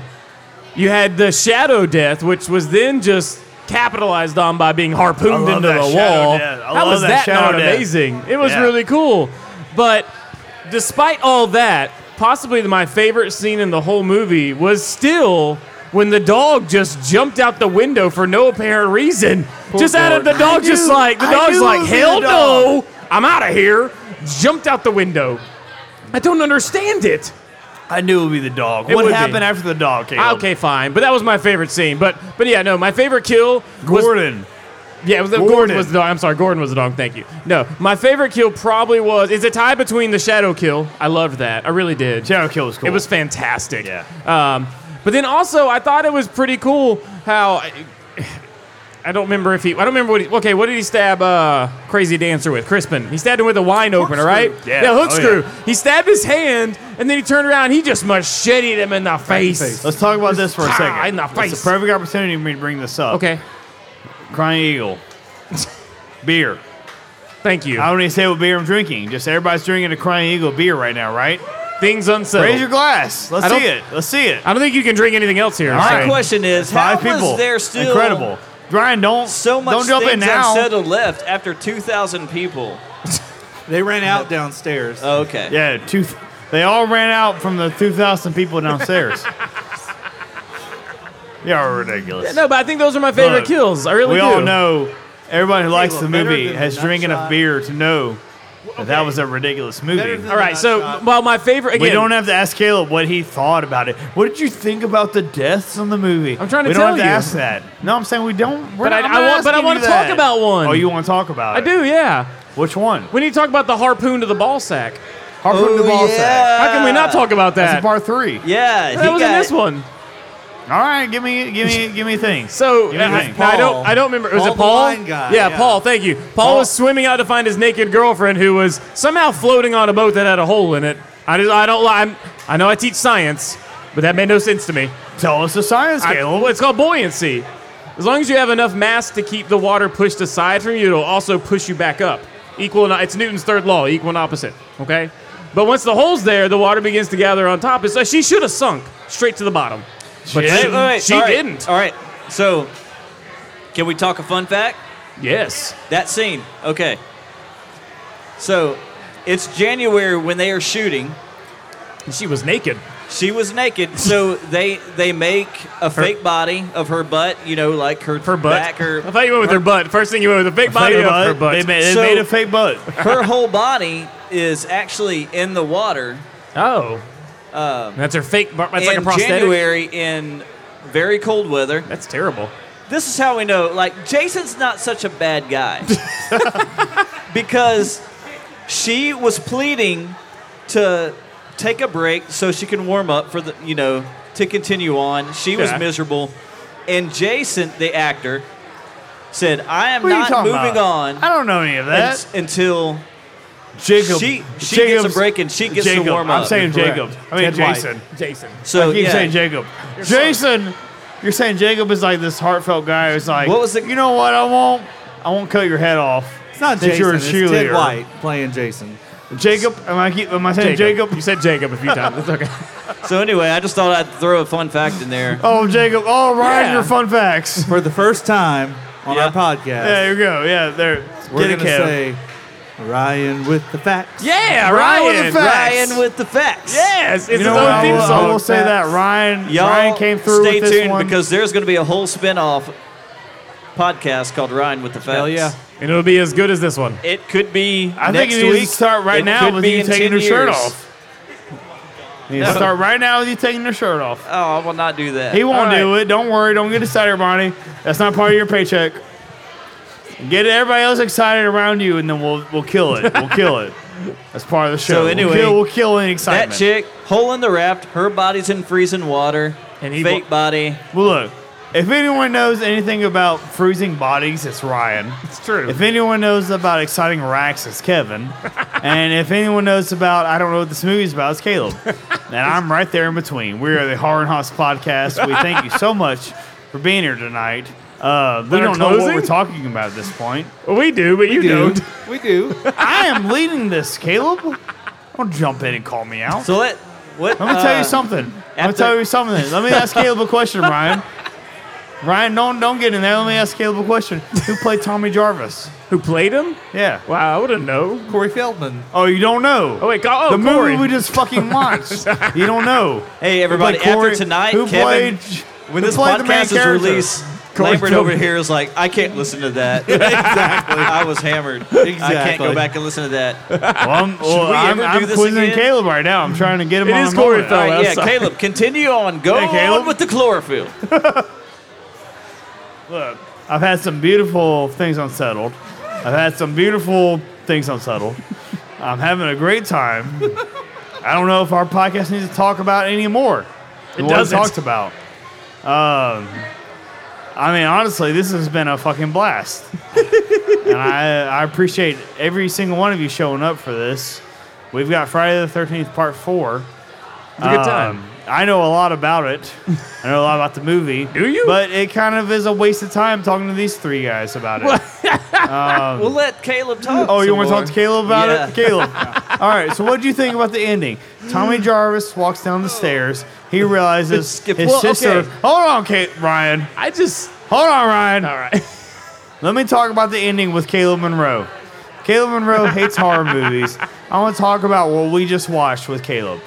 [SPEAKER 2] You had the shadow death, which was then just capitalized on by being
[SPEAKER 1] I
[SPEAKER 2] harpooned
[SPEAKER 1] love
[SPEAKER 2] into the
[SPEAKER 1] that shadow
[SPEAKER 2] wall.
[SPEAKER 1] death. I
[SPEAKER 2] How
[SPEAKER 1] love
[SPEAKER 2] was
[SPEAKER 1] that
[SPEAKER 2] that,
[SPEAKER 1] shadow
[SPEAKER 2] not
[SPEAKER 1] death.
[SPEAKER 2] amazing? It was
[SPEAKER 1] Yeah.
[SPEAKER 2] really cool. But despite all that, possibly my favorite scene in the whole movie was still when the dog just jumped out the window for no apparent reason. just out of the
[SPEAKER 1] dog.
[SPEAKER 2] dog,
[SPEAKER 1] I
[SPEAKER 2] just
[SPEAKER 1] knew-
[SPEAKER 2] like the
[SPEAKER 1] I
[SPEAKER 2] dog's
[SPEAKER 1] knew it
[SPEAKER 2] like,
[SPEAKER 1] was the
[SPEAKER 2] hell
[SPEAKER 1] dog."
[SPEAKER 2] no, I'm out of here. Jumped out the window. I don't understand it.
[SPEAKER 1] I knew it would be the dog.
[SPEAKER 2] It
[SPEAKER 1] what
[SPEAKER 2] would be.
[SPEAKER 1] happened after the dog? Caleb?
[SPEAKER 2] Okay, fine, but that was my favorite scene. But but yeah, no, my favorite kill was
[SPEAKER 1] Gordon.
[SPEAKER 2] yeah, it was the, Gordon.
[SPEAKER 1] Gordon.
[SPEAKER 2] was the dog. I'm sorry, Gordon was the dog. Thank you. No, my favorite kill probably was it's a tie between the shadow kill. I loved that. I really did.
[SPEAKER 1] Shadow kill was cool.
[SPEAKER 2] It was fantastic.
[SPEAKER 1] Yeah.
[SPEAKER 2] Um, but then also, I thought it was pretty cool how. I don't remember if he. I don't remember what he. Okay, what did he stab uh, Crazy Dancer with? Crispin. He stabbed him with a wine opener, right?
[SPEAKER 1] screw. Yeah.
[SPEAKER 2] hook
[SPEAKER 1] Oh,
[SPEAKER 2] screw.
[SPEAKER 1] yeah.
[SPEAKER 2] He stabbed his hand, and then he turned around. and he just macheted him in the face.
[SPEAKER 3] face.
[SPEAKER 1] Let's talk about this for a
[SPEAKER 2] Ah,
[SPEAKER 1] second.
[SPEAKER 2] in the
[SPEAKER 1] It's
[SPEAKER 2] face.
[SPEAKER 1] a perfect opportunity for me to bring this up.
[SPEAKER 2] Okay.
[SPEAKER 1] Crying Eagle. beer.
[SPEAKER 2] Thank you.
[SPEAKER 1] I don't even say what beer I'm drinking. Just everybody's drinking a Crying Eagle beer right now, right?
[SPEAKER 2] Things unsettled.
[SPEAKER 1] Raise your glass. Let's
[SPEAKER 2] I don't-
[SPEAKER 1] see it. Let's see it.
[SPEAKER 2] I don't think you can drink anything else here.
[SPEAKER 1] All
[SPEAKER 2] so-
[SPEAKER 1] right.
[SPEAKER 4] My question is,
[SPEAKER 1] Five
[SPEAKER 4] how
[SPEAKER 1] people.
[SPEAKER 4] was there still
[SPEAKER 1] Incredible. Brian, don't
[SPEAKER 4] so much
[SPEAKER 1] don't jump
[SPEAKER 4] things
[SPEAKER 1] in now.
[SPEAKER 4] unsettled left after two thousand people?
[SPEAKER 3] They ran out downstairs.
[SPEAKER 4] Okay.
[SPEAKER 1] Yeah, two. They all ran out from the 2,000 people downstairs. Y'all are ridiculous.
[SPEAKER 2] No, but I think those are my favorite
[SPEAKER 1] Look,
[SPEAKER 2] kills. I really
[SPEAKER 1] we
[SPEAKER 2] do.
[SPEAKER 1] all know everybody who likes the
[SPEAKER 3] look, better
[SPEAKER 1] movie
[SPEAKER 3] than
[SPEAKER 1] has
[SPEAKER 3] the
[SPEAKER 1] drank
[SPEAKER 3] Nutshot.
[SPEAKER 1] enough beer to know that that was a ridiculous
[SPEAKER 3] Better
[SPEAKER 1] movie.
[SPEAKER 3] than
[SPEAKER 2] All right, so
[SPEAKER 3] Nutshot.
[SPEAKER 2] well, my favorite. Again,
[SPEAKER 1] We don't have to ask Caleb what he thought about it. What did you think about the deaths on the movie?
[SPEAKER 2] I'm trying to
[SPEAKER 1] we
[SPEAKER 2] tell
[SPEAKER 1] don't have to
[SPEAKER 2] you.
[SPEAKER 1] ask that. No, I'm saying we don't. We're
[SPEAKER 2] But I-
[SPEAKER 1] not, I'm
[SPEAKER 2] I
[SPEAKER 1] not
[SPEAKER 2] want- but I
[SPEAKER 1] asking
[SPEAKER 2] wanna
[SPEAKER 1] you
[SPEAKER 2] talk
[SPEAKER 1] that.
[SPEAKER 2] about one.
[SPEAKER 1] Oh, you want to talk about
[SPEAKER 2] I
[SPEAKER 1] it?
[SPEAKER 2] do, yeah.
[SPEAKER 1] Which one?
[SPEAKER 2] We need to talk about the harpoon to the ball sack.
[SPEAKER 1] Harpoon
[SPEAKER 4] Oh,
[SPEAKER 1] to the ball sack.
[SPEAKER 2] How can we not talk about
[SPEAKER 1] That's a
[SPEAKER 2] that?
[SPEAKER 1] part three.
[SPEAKER 4] Yeah, he
[SPEAKER 2] that was in
[SPEAKER 4] got-
[SPEAKER 2] this one.
[SPEAKER 1] All right, give me, give me, give me things.
[SPEAKER 2] So
[SPEAKER 1] Give me
[SPEAKER 2] I,
[SPEAKER 1] things.
[SPEAKER 2] now I don't.
[SPEAKER 3] Paul.
[SPEAKER 2] I don't remember. Was
[SPEAKER 3] Paul
[SPEAKER 2] it
[SPEAKER 3] the
[SPEAKER 2] Paul?
[SPEAKER 3] wine guy,
[SPEAKER 2] yeah,
[SPEAKER 3] yeah.
[SPEAKER 2] Paul. Thank you. Paul, was swimming out to find his naked girlfriend, who was somehow floating on a boat that had a hole in it. I just. I don't. li- I'm, I know I teach science, but that made no sense to me.
[SPEAKER 1] Tell us the science,
[SPEAKER 2] I-
[SPEAKER 1] Caleb.
[SPEAKER 2] well, it's called buoyancy. As long as you have enough mass to keep the water pushed aside from you, it'll also push you back up. Equal and it's Newton's third law, equal and opposite. Okay, but once the hole's there, the water begins to gather on top. So she should have sunk straight to the bottom. But
[SPEAKER 1] did?
[SPEAKER 2] she,
[SPEAKER 4] Wait, wait, wait.
[SPEAKER 2] she
[SPEAKER 4] All right.
[SPEAKER 2] didn't.
[SPEAKER 4] All right. So, can we talk a fun fact?
[SPEAKER 2] Yes.
[SPEAKER 4] That scene. Okay. So, it's January when they are shooting,
[SPEAKER 2] And she was naked.
[SPEAKER 4] She was naked, so they they make a fake body of her butt. You know, like her
[SPEAKER 2] Her butt.
[SPEAKER 4] back, her
[SPEAKER 2] I thought you went with her, butt. First thing you went with a fake body
[SPEAKER 1] Fake
[SPEAKER 2] of her
[SPEAKER 1] butt.
[SPEAKER 2] butt.
[SPEAKER 1] They, made, they
[SPEAKER 4] So-
[SPEAKER 1] made a fake butt.
[SPEAKER 4] her whole body is actually in the water.
[SPEAKER 2] oh. that's her fake. butt. That's
[SPEAKER 4] in
[SPEAKER 2] like a prosthetic.
[SPEAKER 4] January in very cold weather.
[SPEAKER 2] That's terrible.
[SPEAKER 4] This is how we know, like, Jason's not such a bad guy. because she was pleading to take a break so she can warm up for the, you know, to continue on. She was
[SPEAKER 2] Yeah.
[SPEAKER 4] miserable. And Jason, the actor, said, I am
[SPEAKER 1] What are you
[SPEAKER 4] not
[SPEAKER 1] talking
[SPEAKER 4] moving
[SPEAKER 1] about?
[SPEAKER 4] on
[SPEAKER 1] I don't know any of that.
[SPEAKER 4] un- until
[SPEAKER 1] Jacob.
[SPEAKER 4] she, she gets a
[SPEAKER 1] Jacob's-
[SPEAKER 4] break and she gets
[SPEAKER 1] Jacob.
[SPEAKER 4] to warm up.
[SPEAKER 1] I'm saying
[SPEAKER 3] Correct.
[SPEAKER 1] Jacob. I mean
[SPEAKER 3] Ted White.
[SPEAKER 1] Jason.
[SPEAKER 2] Jason.
[SPEAKER 4] so,
[SPEAKER 1] I keep
[SPEAKER 4] yeah.
[SPEAKER 1] saying Jacob. Jason, you're saying Jacob is like this heartfelt guy who's like,
[SPEAKER 4] What was the-
[SPEAKER 1] You know what? I won't. I won't cut your head off.
[SPEAKER 3] It's not
[SPEAKER 1] That
[SPEAKER 3] Jason.
[SPEAKER 1] you're a
[SPEAKER 3] it's Ted
[SPEAKER 1] cheerleader.
[SPEAKER 3] White playing Jason.
[SPEAKER 1] Jacob. Am I keep? Am I saying Jacob?
[SPEAKER 2] You said Jacob a few times. It's okay.
[SPEAKER 4] so anyway, I just thought I'd throw a fun fact in there.
[SPEAKER 1] Oh, Jacob. Oh, Ryan,
[SPEAKER 2] Yeah.
[SPEAKER 1] your fun facts.
[SPEAKER 3] For the first time on
[SPEAKER 4] Yeah.
[SPEAKER 3] our podcast,
[SPEAKER 1] there you go. Yeah, there. Get
[SPEAKER 3] we're going
[SPEAKER 1] a
[SPEAKER 3] to
[SPEAKER 1] cab.
[SPEAKER 3] say Ryan with the facts.
[SPEAKER 2] Yeah,
[SPEAKER 1] Ryan with
[SPEAKER 2] Ryan.
[SPEAKER 1] the facts.
[SPEAKER 4] Ryan with the facts.
[SPEAKER 2] Yes, it's
[SPEAKER 1] You know
[SPEAKER 2] his
[SPEAKER 1] what?
[SPEAKER 2] own
[SPEAKER 1] I
[SPEAKER 2] theme
[SPEAKER 1] will, I
[SPEAKER 2] song.
[SPEAKER 1] will say that Ryan.
[SPEAKER 4] Y'all
[SPEAKER 1] Ryan came through
[SPEAKER 4] Stay
[SPEAKER 1] with this
[SPEAKER 4] tuned
[SPEAKER 1] one.
[SPEAKER 4] because there's going to be a whole spin-off podcast called Ryan with the Facts.
[SPEAKER 3] Hell yeah.
[SPEAKER 2] and uh, it'll be as good as this one.
[SPEAKER 4] It could be
[SPEAKER 1] I think
[SPEAKER 4] next
[SPEAKER 1] you need
[SPEAKER 4] week.
[SPEAKER 1] to start right
[SPEAKER 4] It
[SPEAKER 1] now
[SPEAKER 4] could
[SPEAKER 1] with
[SPEAKER 4] be
[SPEAKER 1] you
[SPEAKER 4] in
[SPEAKER 1] taking
[SPEAKER 4] 10
[SPEAKER 1] your shirt
[SPEAKER 4] years.
[SPEAKER 1] off. You need to start right now with you taking your shirt off.
[SPEAKER 4] Oh, I will not do that.
[SPEAKER 1] He
[SPEAKER 2] All
[SPEAKER 1] won't
[SPEAKER 2] right.
[SPEAKER 1] do it. Don't worry. Don't get excited, Bonnie. That's not part of your paycheck. Get everybody else excited around you, and then we'll we'll kill it. We'll kill it. That's part of the show.
[SPEAKER 4] So anyway,
[SPEAKER 1] we'll kill, we'll kill any
[SPEAKER 4] that
[SPEAKER 1] excitement.
[SPEAKER 4] chick, hole in the raft, her body's in freezing water,
[SPEAKER 2] And he
[SPEAKER 4] fake
[SPEAKER 2] wa-
[SPEAKER 4] body.
[SPEAKER 1] Well, look, if anyone knows anything about freezing bodies, it's Ryan.
[SPEAKER 2] It's true.
[SPEAKER 1] If anyone knows about exciting racks, it's Kevin. and if anyone knows about, I don't know what this movie's about, it's Caleb. and I'm right there in between. We are the Horror and Hoss podcast. We thank you so much for being here tonight. Uh, we
[SPEAKER 2] That are
[SPEAKER 1] don't know what
[SPEAKER 2] closing?
[SPEAKER 1] we're talking about at this point.
[SPEAKER 2] we do, but you
[SPEAKER 3] We do.
[SPEAKER 2] don't.
[SPEAKER 3] We do.
[SPEAKER 1] I am leading this, Caleb. Don't jump in and call me out.
[SPEAKER 4] So let what?
[SPEAKER 1] Let me tell
[SPEAKER 4] uh,
[SPEAKER 1] you something. Let me
[SPEAKER 4] after-
[SPEAKER 1] tell you something. Let me ask Caleb a question, Ryan. Ryan, don't don't get in there. Let me ask Caleb a question. Who played Tommy Jarvis?
[SPEAKER 2] Who played him?
[SPEAKER 1] Yeah.
[SPEAKER 2] Wow, I wouldn't know.
[SPEAKER 3] Corey Feldman.
[SPEAKER 1] Oh, you don't know.
[SPEAKER 2] Oh wait, go, oh
[SPEAKER 1] the
[SPEAKER 2] Corey.
[SPEAKER 1] movie we just fucking watched. you don't know.
[SPEAKER 4] Hey
[SPEAKER 1] Who
[SPEAKER 4] everybody!
[SPEAKER 1] played Corey-
[SPEAKER 4] After tonight,
[SPEAKER 1] who
[SPEAKER 4] Kevin,
[SPEAKER 1] played,
[SPEAKER 4] when
[SPEAKER 1] who
[SPEAKER 4] this
[SPEAKER 1] played the main
[SPEAKER 4] podcast is
[SPEAKER 1] character?
[SPEAKER 4] released,
[SPEAKER 2] Corey
[SPEAKER 4] Lambert
[SPEAKER 2] Feldman.
[SPEAKER 4] over here is like, I can't listen to that. exactly. I was hammered. I can't
[SPEAKER 3] Exactly.
[SPEAKER 4] go back and listen to that.
[SPEAKER 1] Well, I'm, well,
[SPEAKER 4] we
[SPEAKER 1] I'm,
[SPEAKER 4] ever
[SPEAKER 1] I'm
[SPEAKER 4] do this
[SPEAKER 1] quizzing
[SPEAKER 4] again?
[SPEAKER 1] Caleb right now. I'm trying to get him
[SPEAKER 2] It
[SPEAKER 1] on
[SPEAKER 2] is
[SPEAKER 1] the
[SPEAKER 2] Corey
[SPEAKER 1] moment.
[SPEAKER 2] Feldman.
[SPEAKER 4] All right,
[SPEAKER 2] I'm
[SPEAKER 4] yeah,
[SPEAKER 2] sorry.
[SPEAKER 4] Caleb, continue on. Go
[SPEAKER 1] Hey, Caleb.
[SPEAKER 4] on with the chlorophyll.
[SPEAKER 1] Look, I've had some beautiful things unsettled. I've had some beautiful things unsettled. I'm having a great time. I don't know if our podcast needs to talk about any more. It
[SPEAKER 2] doesn't.
[SPEAKER 1] talked about. Um, I mean, honestly, this has been a fucking blast, and I, I appreciate every single one of you showing up for this. We've got Friday the Thirteenth Part Four.
[SPEAKER 2] It's a good time.
[SPEAKER 1] Um, I know a lot about it. I know a lot about the movie.
[SPEAKER 2] Do you?
[SPEAKER 1] But it kind of is a waste of time talking to these three guys about it.
[SPEAKER 4] we'll let Caleb
[SPEAKER 1] Um,
[SPEAKER 4] talk.
[SPEAKER 1] Oh, you
[SPEAKER 4] some
[SPEAKER 1] want to
[SPEAKER 4] more.
[SPEAKER 1] talk to Caleb about
[SPEAKER 4] Yeah.
[SPEAKER 1] it? Caleb. All right. So, what do you think about the ending? Tommy Jarvis walks down the stairs. He realizes
[SPEAKER 4] Skip-
[SPEAKER 1] his
[SPEAKER 4] well,
[SPEAKER 1] sister.
[SPEAKER 4] okay.
[SPEAKER 1] Hold on, Kate Ryan.
[SPEAKER 2] I just
[SPEAKER 1] Hold on, Ryan.
[SPEAKER 2] all right.
[SPEAKER 1] Let me talk about the ending with Caleb Monroe. Caleb Monroe hates horror movies. I want to talk about what we just watched with Caleb.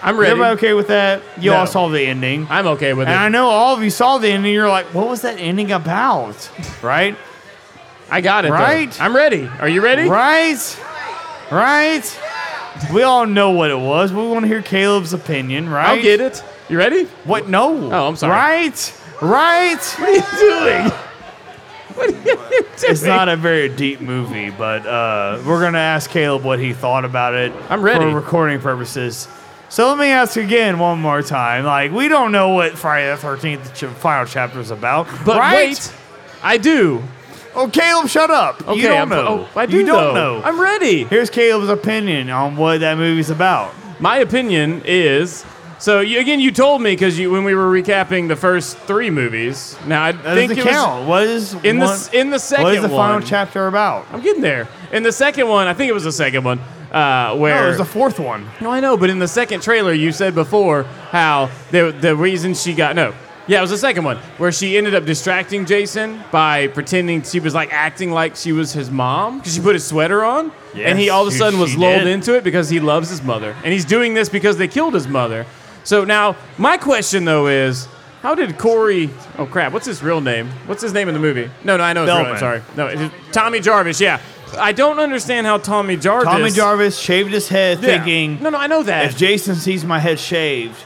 [SPEAKER 2] I'm
[SPEAKER 1] Is
[SPEAKER 2] ready.
[SPEAKER 1] everybody okay with that? You
[SPEAKER 2] No.
[SPEAKER 1] all saw the ending.
[SPEAKER 2] I'm okay with it.
[SPEAKER 1] And I know all of you saw the ending. You're like, what was that ending about? Right?
[SPEAKER 2] I got it. though.
[SPEAKER 1] Right?
[SPEAKER 2] I'm ready. Are you ready?
[SPEAKER 1] right? Right? We all know what it was. We want to hear Caleb's opinion, right?
[SPEAKER 2] I'll get it. You ready?
[SPEAKER 1] What? No.
[SPEAKER 2] Oh, I'm sorry.
[SPEAKER 1] Right? Right?
[SPEAKER 2] What are you doing? What are you doing?
[SPEAKER 1] It's not a very deep movie, but uh, we're going to ask Caleb what he thought about it
[SPEAKER 2] I'm ready.
[SPEAKER 1] for recording purposes. So let me ask again one more time. Like, we don't know what Friday the 13th ch- final chapter is about.
[SPEAKER 2] But
[SPEAKER 1] right?
[SPEAKER 2] wait, I do.
[SPEAKER 1] Oh, Caleb, shut up.
[SPEAKER 2] Okay,
[SPEAKER 1] you don't
[SPEAKER 2] I'm,
[SPEAKER 1] know.
[SPEAKER 2] Oh, I do
[SPEAKER 1] you
[SPEAKER 2] though.
[SPEAKER 1] don't know.
[SPEAKER 2] I'm ready.
[SPEAKER 1] Here's Caleb's opinion on what that movie's about.
[SPEAKER 2] My opinion is so. You, again, you told me because you when we were recapping the first three movies. Now I
[SPEAKER 1] That
[SPEAKER 2] think
[SPEAKER 1] doesn't
[SPEAKER 2] it
[SPEAKER 1] count. what is
[SPEAKER 2] was in the
[SPEAKER 1] one-
[SPEAKER 2] s- in the second
[SPEAKER 1] what is the
[SPEAKER 2] one.
[SPEAKER 1] final chapter about?
[SPEAKER 2] I'm getting there. In the second one, I think it was the second one. Uh, where
[SPEAKER 1] No, it was the fourth one.
[SPEAKER 2] No, I know, but in the second trailer, you said before how the the reason she got no, Yeah, it was the second one where she ended up distracting Jason by pretending she was like acting like she was his mom because she put his sweater on, and he
[SPEAKER 1] Yes,
[SPEAKER 2] all of a
[SPEAKER 1] she-
[SPEAKER 2] sudden was
[SPEAKER 1] she
[SPEAKER 2] lulled
[SPEAKER 1] did.
[SPEAKER 2] into it because he loves his mother, and he's doing this because they killed his mother. So now my question though is, how did Corey? Oh crap! What's his real name? What's his name in the movie? No, no, I know his real name.
[SPEAKER 1] Feldman.
[SPEAKER 2] Sorry, no, it's Tommy Jarvis. Yeah, I don't understand how Tommy Jarvis.
[SPEAKER 1] Tommy Jarvis shaved his head,
[SPEAKER 2] Yeah.
[SPEAKER 1] thinking
[SPEAKER 2] No, no, I know that.
[SPEAKER 1] if Jason sees my head shaved,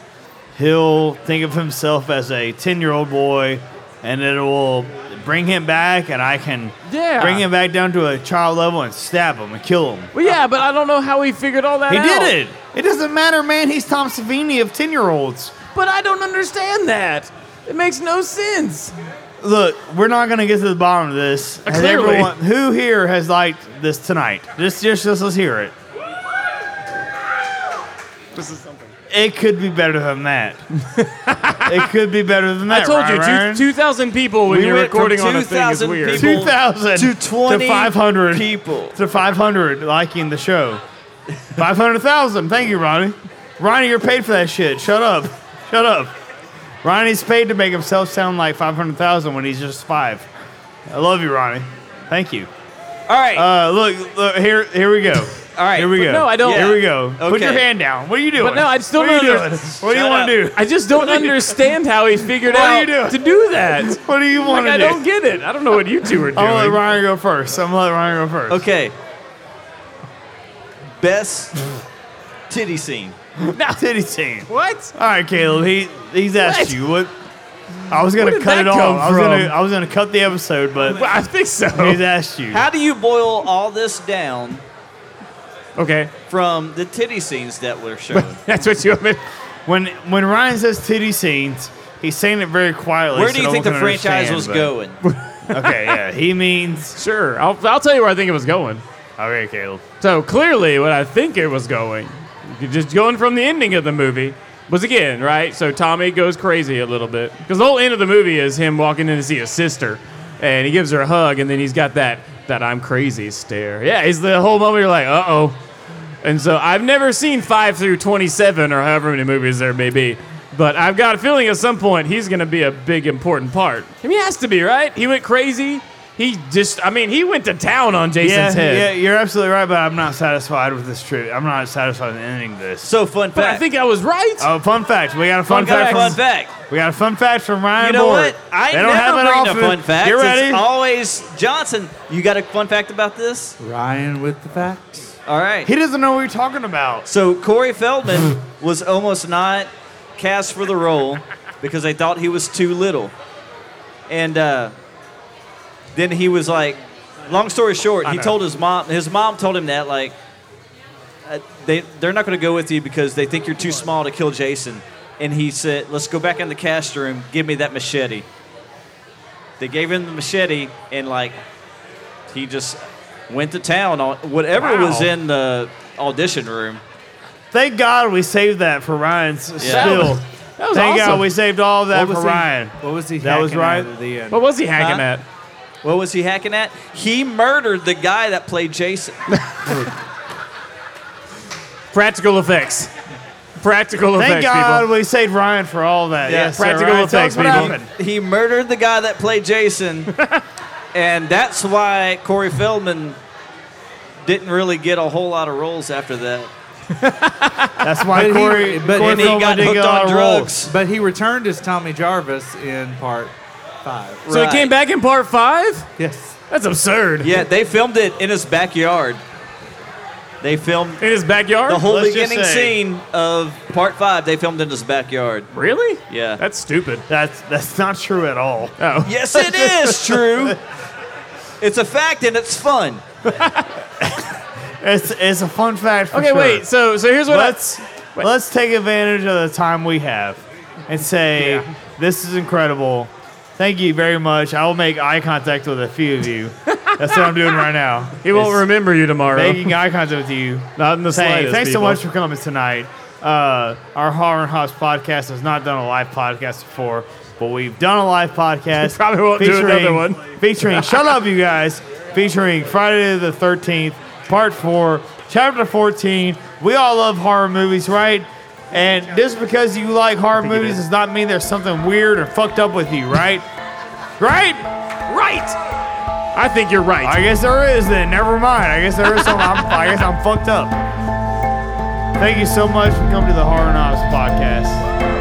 [SPEAKER 1] he'll think of himself as a 10 year old boy and it will bring him back and I can
[SPEAKER 2] Yeah.
[SPEAKER 1] bring him back down to a child level and stab him and kill him.
[SPEAKER 2] well, yeah, but I don't know how he figured all that
[SPEAKER 1] He
[SPEAKER 2] out.
[SPEAKER 1] did it. It doesn't matter, man. He's Tom Savini of 10 year olds.
[SPEAKER 2] But I don't understand that. It makes no sense.
[SPEAKER 1] Look, we're not going to get to the bottom of this.
[SPEAKER 2] Uh,
[SPEAKER 1] Has
[SPEAKER 2] clearly.
[SPEAKER 1] everyone- who here has liked this tonight? Just, just, just let's hear it.
[SPEAKER 2] This is something.
[SPEAKER 1] It could be better than that. it could be better than that.
[SPEAKER 2] I told you,
[SPEAKER 1] right, Ryan?
[SPEAKER 2] two, 2,000 people when
[SPEAKER 4] We
[SPEAKER 2] you're
[SPEAKER 4] went from
[SPEAKER 2] recording on a thing is
[SPEAKER 4] 2,000
[SPEAKER 2] weird.
[SPEAKER 4] people-
[SPEAKER 1] 2,000
[SPEAKER 4] to 20
[SPEAKER 1] 500
[SPEAKER 4] people.
[SPEAKER 1] to 500 liking the show. 500,000. Thank you, Ronnie. Ronnie, you're paid for that shit. Shut up. Shut up. Ronnie's paid to make himself sound like 500,000 when he's just five. I love you, Ronnie. Thank you.
[SPEAKER 4] All right.
[SPEAKER 1] Uh, look, look here, here we go.
[SPEAKER 4] All right.
[SPEAKER 1] Here we go.
[SPEAKER 2] no, I don't-
[SPEAKER 1] Here we go. Put
[SPEAKER 4] Okay.
[SPEAKER 1] your hand down. What are you doing?
[SPEAKER 2] no, I still
[SPEAKER 1] what are you
[SPEAKER 2] don't
[SPEAKER 1] doing?
[SPEAKER 2] under-
[SPEAKER 1] What do you
[SPEAKER 4] Shut
[SPEAKER 1] want
[SPEAKER 4] up.
[SPEAKER 1] to do?
[SPEAKER 2] I just don't understand how he figured
[SPEAKER 1] What are
[SPEAKER 2] out
[SPEAKER 1] you doing?
[SPEAKER 2] to do that.
[SPEAKER 1] What do you want
[SPEAKER 2] Like, I
[SPEAKER 1] to do?
[SPEAKER 2] don't get it. I don't know what you two are
[SPEAKER 1] I'm gonna let
[SPEAKER 2] doing.
[SPEAKER 1] Ryan go first. I'm gonna let Ryan go first.
[SPEAKER 4] okay. Best titty scene.
[SPEAKER 2] Now-
[SPEAKER 1] Titty scene.
[SPEAKER 2] what?
[SPEAKER 1] All right, Caleb. He he's asked
[SPEAKER 2] What?
[SPEAKER 1] you what. I was gonna
[SPEAKER 2] Where did
[SPEAKER 1] cut
[SPEAKER 2] that
[SPEAKER 1] it off.
[SPEAKER 2] come
[SPEAKER 1] I was
[SPEAKER 2] from?
[SPEAKER 1] gonna I was gonna cut the episode, but
[SPEAKER 2] Well, I think so.
[SPEAKER 1] he's asked you.
[SPEAKER 4] How do you boil all this down
[SPEAKER 2] Okay,
[SPEAKER 4] from the titty scenes that were shown?
[SPEAKER 2] that's what you want me-
[SPEAKER 1] When when Ryan says titty scenes, he's saying it very quietly.
[SPEAKER 4] Where
[SPEAKER 1] so
[SPEAKER 4] do you
[SPEAKER 1] no
[SPEAKER 4] think the
[SPEAKER 1] one can
[SPEAKER 4] franchise
[SPEAKER 1] understand,
[SPEAKER 4] was
[SPEAKER 1] but-
[SPEAKER 4] going?
[SPEAKER 1] Okay, yeah. He means.
[SPEAKER 2] Sure, I'll, I'll tell you where I think it was going.
[SPEAKER 1] Okay, Caleb.
[SPEAKER 2] So clearly, what I think it was going, just going from the ending of the movie, was again, right? So Tommy goes crazy a little bit. Because the whole end of the movie is him walking in to see his sister, and he gives her a hug, and then he's got that, that I'm crazy stare. Yeah, he's the whole moment you're like, uh oh. And so I've never seen 5 through 27 or however many movies there may be. But I've got a feeling at some point he's going to be a big important part. I mean, he has to be, right? He went crazy. He just, I mean, he went to town on Jason's
[SPEAKER 1] Yeah,
[SPEAKER 2] head.
[SPEAKER 1] yeah, you're absolutely right, but I'm not satisfied with this trip. I'm not satisfied with ending this.
[SPEAKER 4] So fun
[SPEAKER 2] But
[SPEAKER 4] fact.
[SPEAKER 2] I think I was right.
[SPEAKER 1] Oh, fun fact! We got a fun,
[SPEAKER 4] I got
[SPEAKER 1] fact.
[SPEAKER 4] a
[SPEAKER 1] from-
[SPEAKER 4] fun fact.
[SPEAKER 1] We got a fun fact from Ryan.
[SPEAKER 4] You know
[SPEAKER 1] Moore.
[SPEAKER 4] what? I
[SPEAKER 1] they
[SPEAKER 4] never
[SPEAKER 1] don't have it
[SPEAKER 4] bring
[SPEAKER 1] often.
[SPEAKER 4] a fun fact.
[SPEAKER 1] You ready?
[SPEAKER 4] It's always Johnson. You got a fun fact about this?
[SPEAKER 3] Ryan with the facts.
[SPEAKER 4] All right.
[SPEAKER 1] he doesn't know what you're talking about.
[SPEAKER 4] So Corey Feldman was almost not cast for the role because they thought he was too little, and uh, then he was like, long story short, he
[SPEAKER 2] know.
[SPEAKER 4] told his mom. His mom told him that like, uh, they they're not going to go with you because they think you're too small to kill Jason, and he said, let's go back in the cast room, give me that machete. They gave him the machete, and like, he just went to town on whatever was
[SPEAKER 2] Wow.
[SPEAKER 4] in the audition room.
[SPEAKER 1] Thank God we saved that for Ryan's
[SPEAKER 4] Yeah.
[SPEAKER 1] still.
[SPEAKER 2] That was
[SPEAKER 1] Thank
[SPEAKER 2] awesome.
[SPEAKER 1] God we saved all that for
[SPEAKER 3] he,
[SPEAKER 1] Ryan.
[SPEAKER 3] What was he?
[SPEAKER 1] That was
[SPEAKER 3] hacking at
[SPEAKER 1] right.
[SPEAKER 3] At the end.
[SPEAKER 2] what was he hacking
[SPEAKER 4] Huh?
[SPEAKER 2] at?
[SPEAKER 4] What was he hacking at? He murdered the guy that played Jason.
[SPEAKER 2] Practical effects. Practical
[SPEAKER 1] Thank
[SPEAKER 2] effects,
[SPEAKER 1] God
[SPEAKER 2] people.
[SPEAKER 1] we saved Ryan for all that.
[SPEAKER 4] Yeah,
[SPEAKER 1] yes, sir.
[SPEAKER 2] practical
[SPEAKER 1] Ryan, tell us
[SPEAKER 2] effects,
[SPEAKER 1] what
[SPEAKER 2] people.
[SPEAKER 1] happened.
[SPEAKER 4] he murdered the guy that played Jason. and that's why Corey Feldman didn't really get a whole lot of roles after that.
[SPEAKER 1] That's why
[SPEAKER 3] But he-
[SPEAKER 1] Corey,
[SPEAKER 3] but-
[SPEAKER 1] Corey
[SPEAKER 4] And he
[SPEAKER 1] Feldman
[SPEAKER 4] got
[SPEAKER 1] didn't
[SPEAKER 4] hooked
[SPEAKER 1] get a lot
[SPEAKER 4] on
[SPEAKER 1] of roles.
[SPEAKER 4] drugs.
[SPEAKER 3] But he returned as Tommy Jarvis in part five.
[SPEAKER 2] So he came
[SPEAKER 4] Right.
[SPEAKER 2] back in part five?
[SPEAKER 3] Yes.
[SPEAKER 2] That's absurd.
[SPEAKER 4] Yeah, they filmed it in his backyard. They filmed
[SPEAKER 2] In his backyard?
[SPEAKER 4] the whole
[SPEAKER 1] Let's just
[SPEAKER 4] beginning
[SPEAKER 1] say-
[SPEAKER 4] scene of part five. They filmed in his backyard.
[SPEAKER 2] really?
[SPEAKER 4] Yeah.
[SPEAKER 2] That's stupid.
[SPEAKER 1] That's that's not true at all.
[SPEAKER 2] Oh.
[SPEAKER 4] Yes, it is true. It's a fact and it's fun.
[SPEAKER 1] It's it's a fun fact. For
[SPEAKER 2] Okay,
[SPEAKER 1] sure.
[SPEAKER 2] wait. So so here's what I-
[SPEAKER 1] Let's let's take advantage of the time we have and say
[SPEAKER 2] Yeah.
[SPEAKER 1] this is incredible. Thank you very much. I will make eye contact with a few of you. That's what I'm doing right now.
[SPEAKER 2] he won't
[SPEAKER 1] Is
[SPEAKER 2] remember you tomorrow.
[SPEAKER 1] Making eye contact with you.
[SPEAKER 2] Not in the
[SPEAKER 1] Hey,
[SPEAKER 2] slightest.
[SPEAKER 1] thanks so
[SPEAKER 2] people.
[SPEAKER 1] much for coming tonight. Uh, our Horror and Hops podcast has not done a live podcast before, but we've done a live podcast.
[SPEAKER 2] Probably won't do another
[SPEAKER 1] featuring-
[SPEAKER 2] one.
[SPEAKER 1] Featuring, shut up, you guys. Featuring Friday the 13th, part four, chapter 14. We all love horror movies, right? And just because you like horror movies does not mean there's something weird or fucked up with you, right? Right?
[SPEAKER 2] Right. I think you're right.
[SPEAKER 1] I guess there is then. Never mind. I guess there is something. I'm, I guess I'm fucked up. Thank you so much for coming to the Horror Knobs podcast.